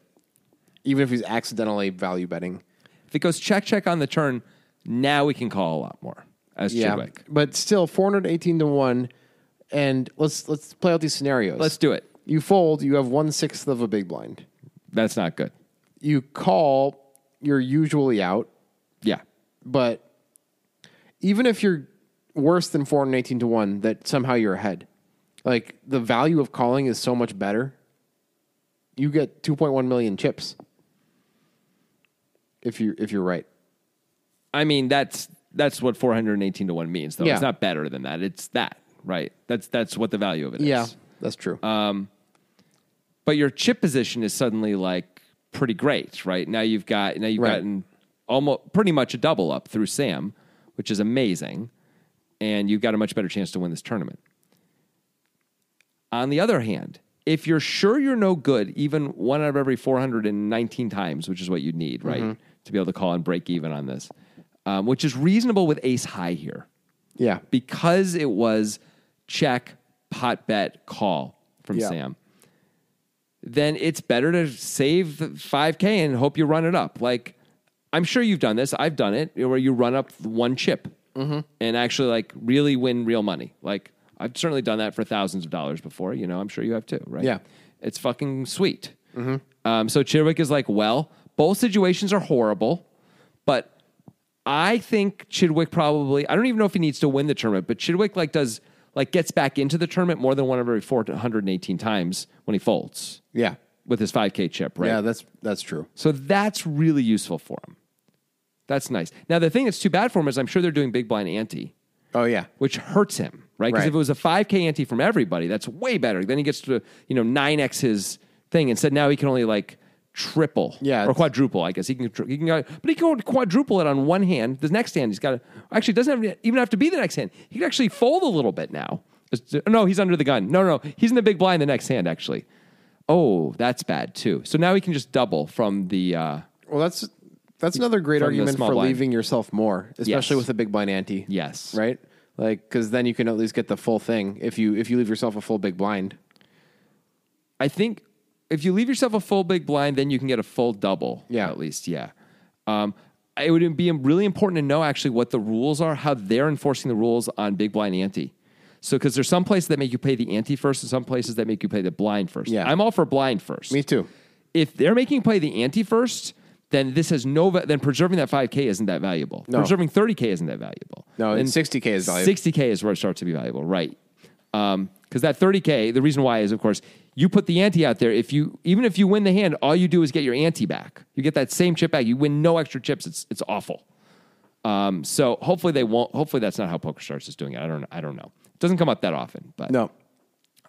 Speaker 2: even if he's accidentally value betting.
Speaker 1: If it goes check check on the turn, now we can call a lot more as Chubbuck.
Speaker 2: But still 418 to 1 and let's let's play out these scenarios.
Speaker 1: Let's do it.
Speaker 2: You fold, you have one sixth of a big blind.
Speaker 1: That's not good.
Speaker 2: You call, you're usually out,
Speaker 1: Yeah.
Speaker 2: but even if you're worse than 418 to 1, that somehow you're ahead. Like the value of calling is so much better. You get 2.1 million chips. If you if you're right.
Speaker 1: I mean, that's that's what 418 to 1 means, though.
Speaker 2: Yeah.
Speaker 1: It's not better than that. It's that, right? That's that's what the value of it is.
Speaker 2: that's true.
Speaker 1: Uh, But your chip position is suddenly like pretty great, right? Now you've got now you've
Speaker 2: Right.
Speaker 1: gotten almost pretty much a double up through Sam, which is amazing. And you've got a much better chance to win this tournament. On the other hand, if you're sure you're no good, even one out of every 419 times, which is what you need, right, to be able to call and break even on this, um, which is reasonable with ace high here
Speaker 2: yeah.
Speaker 1: because it was check, pot bet, call from
Speaker 2: Yeah.
Speaker 1: Sam, then it's better to save the 5K and hope you run it up. Like, I'm sure you've done this. I've done it where you run up one chip
Speaker 2: Mm-hmm.
Speaker 1: and actually, like, really win real money. Like, I've certainly done that for thousands of dollars before. You know, I'm sure you have too, right?
Speaker 2: Yeah.
Speaker 1: It's fucking sweet.
Speaker 2: Mm-hmm.
Speaker 1: Um, so Chirwick is like, well, both situations are horrible, but I think Chidwick probably. I don't even know if he needs to win the tournament, but Chidwick like does like gets back into the tournament more than one of every four hundred and eighteen times when he folds
Speaker 2: Yeah.
Speaker 1: with his five k chip, right?
Speaker 2: Yeah, that's that's true.
Speaker 1: So that's really useful for him. That's nice. Now the thing that's too bad for him is I'm sure they're doing big blind ante,
Speaker 2: Oh yeah.
Speaker 1: which hurts him, right? Because
Speaker 2: Right.
Speaker 1: if it was a five k ante from everybody, that's way better. Then he gets to you know nine x his thing instead. Now he can only like triple,
Speaker 2: Yeah,
Speaker 1: or
Speaker 2: it's-
Speaker 1: quadruple. I guess he can tr- he can go, but he can quadruple it on one hand. The next hand, he's got to actually it doesn't have, even have to be the next hand. He can actually fold a little bit now. It's- No, he's under the gun. No, no, he's in the big blind the next hand actually. Oh, that's bad too. So now he can just double from the. Uh,
Speaker 2: Well, that's that's another great
Speaker 1: From the
Speaker 2: argument
Speaker 1: small
Speaker 2: for
Speaker 1: blind.
Speaker 2: leaving yourself more, especially
Speaker 1: Yes.
Speaker 2: with a big blind ante.
Speaker 1: Yes.
Speaker 2: Right? Like cuz then you can at least get the full thing if you if you leave yourself a full big blind.
Speaker 1: I think if you leave yourself a full big blind, then you can get a full double.
Speaker 2: Yeah.
Speaker 1: At least, yeah. Um, it would be really important to know actually what the rules are, how they're enforcing the rules on big blind ante. So, because there's some places that make you pay the ante first and some places that make you pay the blind first.
Speaker 2: Yeah.
Speaker 1: I'm all for blind first.
Speaker 2: Me too.
Speaker 1: If they're making you pay the ante first, then this has no, va- then preserving that 5K isn't that valuable.
Speaker 2: No.
Speaker 1: Preserving 30K isn't that valuable.
Speaker 2: No, and 60K is valuable.
Speaker 1: 60K is where it starts to be valuable, right? Because that 30K, the reason why is, of course, you put the ante out there. If you even if you win the hand, all you do is get your ante back. You get that same chip back. You win no extra chips. It's it's awful. Um, so hopefully they won't. Hopefully that's not how PokerStars is doing it. I don't. I don't know. It doesn't come up that often, but
Speaker 2: No.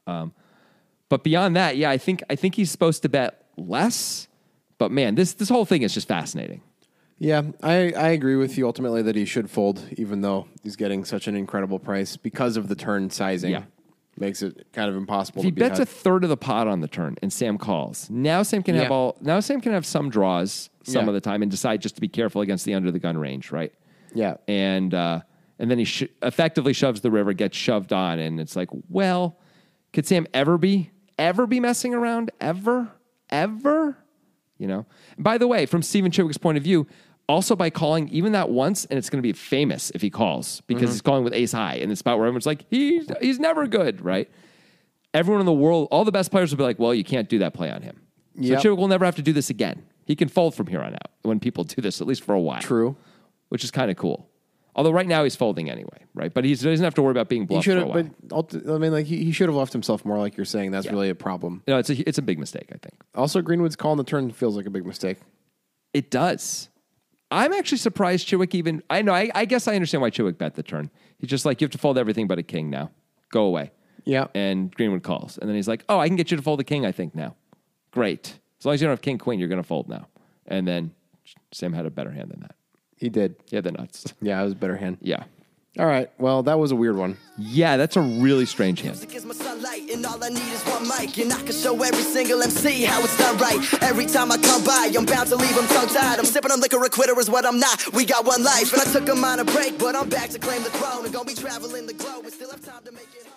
Speaker 1: but beyond that, yeah, I think I think he's supposed to bet less. But man, this this whole thing is just fascinating.
Speaker 2: Yeah, I, I agree with you ultimately that he should fold, even though he's getting such an incredible price because of the turn sizing.
Speaker 1: Yeah.
Speaker 2: Makes it kind of impossible
Speaker 1: If he
Speaker 2: to be
Speaker 1: bets a
Speaker 2: ahead.
Speaker 1: third of the pot on the turn and Sam calls, now Sam can have
Speaker 2: Yeah.
Speaker 1: all now Sam can have some draws some
Speaker 2: Yeah.
Speaker 1: of the time and decide just to be careful against the under the gun range, right?
Speaker 2: Yeah.
Speaker 1: And uh, and then he sh- effectively shoves the river, gets shoved on, and it's like, well, could Sam ever be ever be messing around ever ever? You know. By the way, from Stephen Chidwick's point of view. Also, by calling even that once, and it's going to be famous if he calls because he's calling with ace high in the spot where everyone's like, he's, he's never good, right? everyone in the world, all the best players will be like, well, you can't do that play on him.
Speaker 2: Yep.
Speaker 1: So Chivik will never have to do this again. He can fold from here on out when people do this, at least for a while.
Speaker 2: True.
Speaker 1: Which is kind of cool. Although right now he's folding anyway, right? But he's, he doesn't have to worry about being
Speaker 2: He
Speaker 1: bluffed
Speaker 2: should
Speaker 1: for a
Speaker 2: have,
Speaker 1: while.
Speaker 2: but ulti- I mean, like he, he should have left himself more. Like you're saying, that's really a problem.
Speaker 1: no, it's a, it's a big mistake, I think.
Speaker 2: Also, Greenwood's call on the turn feels like a big mistake.
Speaker 1: It does. I'm actually surprised Chivik even. I know, I, I guess I understand why Chivik bet the turn. He's just like, you have to fold everything but a king now. Go away.
Speaker 2: Yeah.
Speaker 1: And Greenwood calls. And then he's like, oh, I can get you to fold the king, I think, now. Great. As long as you don't have king, queen, you're going to fold now. And then Sam had a better hand than that.
Speaker 2: He did.
Speaker 1: Yeah, the nuts. [LAUGHS]
Speaker 2: Yeah, it was a better hand.
Speaker 1: Yeah.
Speaker 2: All right. Well, that was a weird one.
Speaker 1: Yeah, that's a really strange hand.
Speaker 3: Music is my sunlight, and all I need is one mic. And I can show every single MC how it's done right. Every time I come by, I'm bound to leave them tongue tied. I'm sipping on liquor, a quitter is what I'm not. We got one life, and I took a minor break, but I'm back to claim the throne. And gonna be traveling the globe, and still have time to make it home.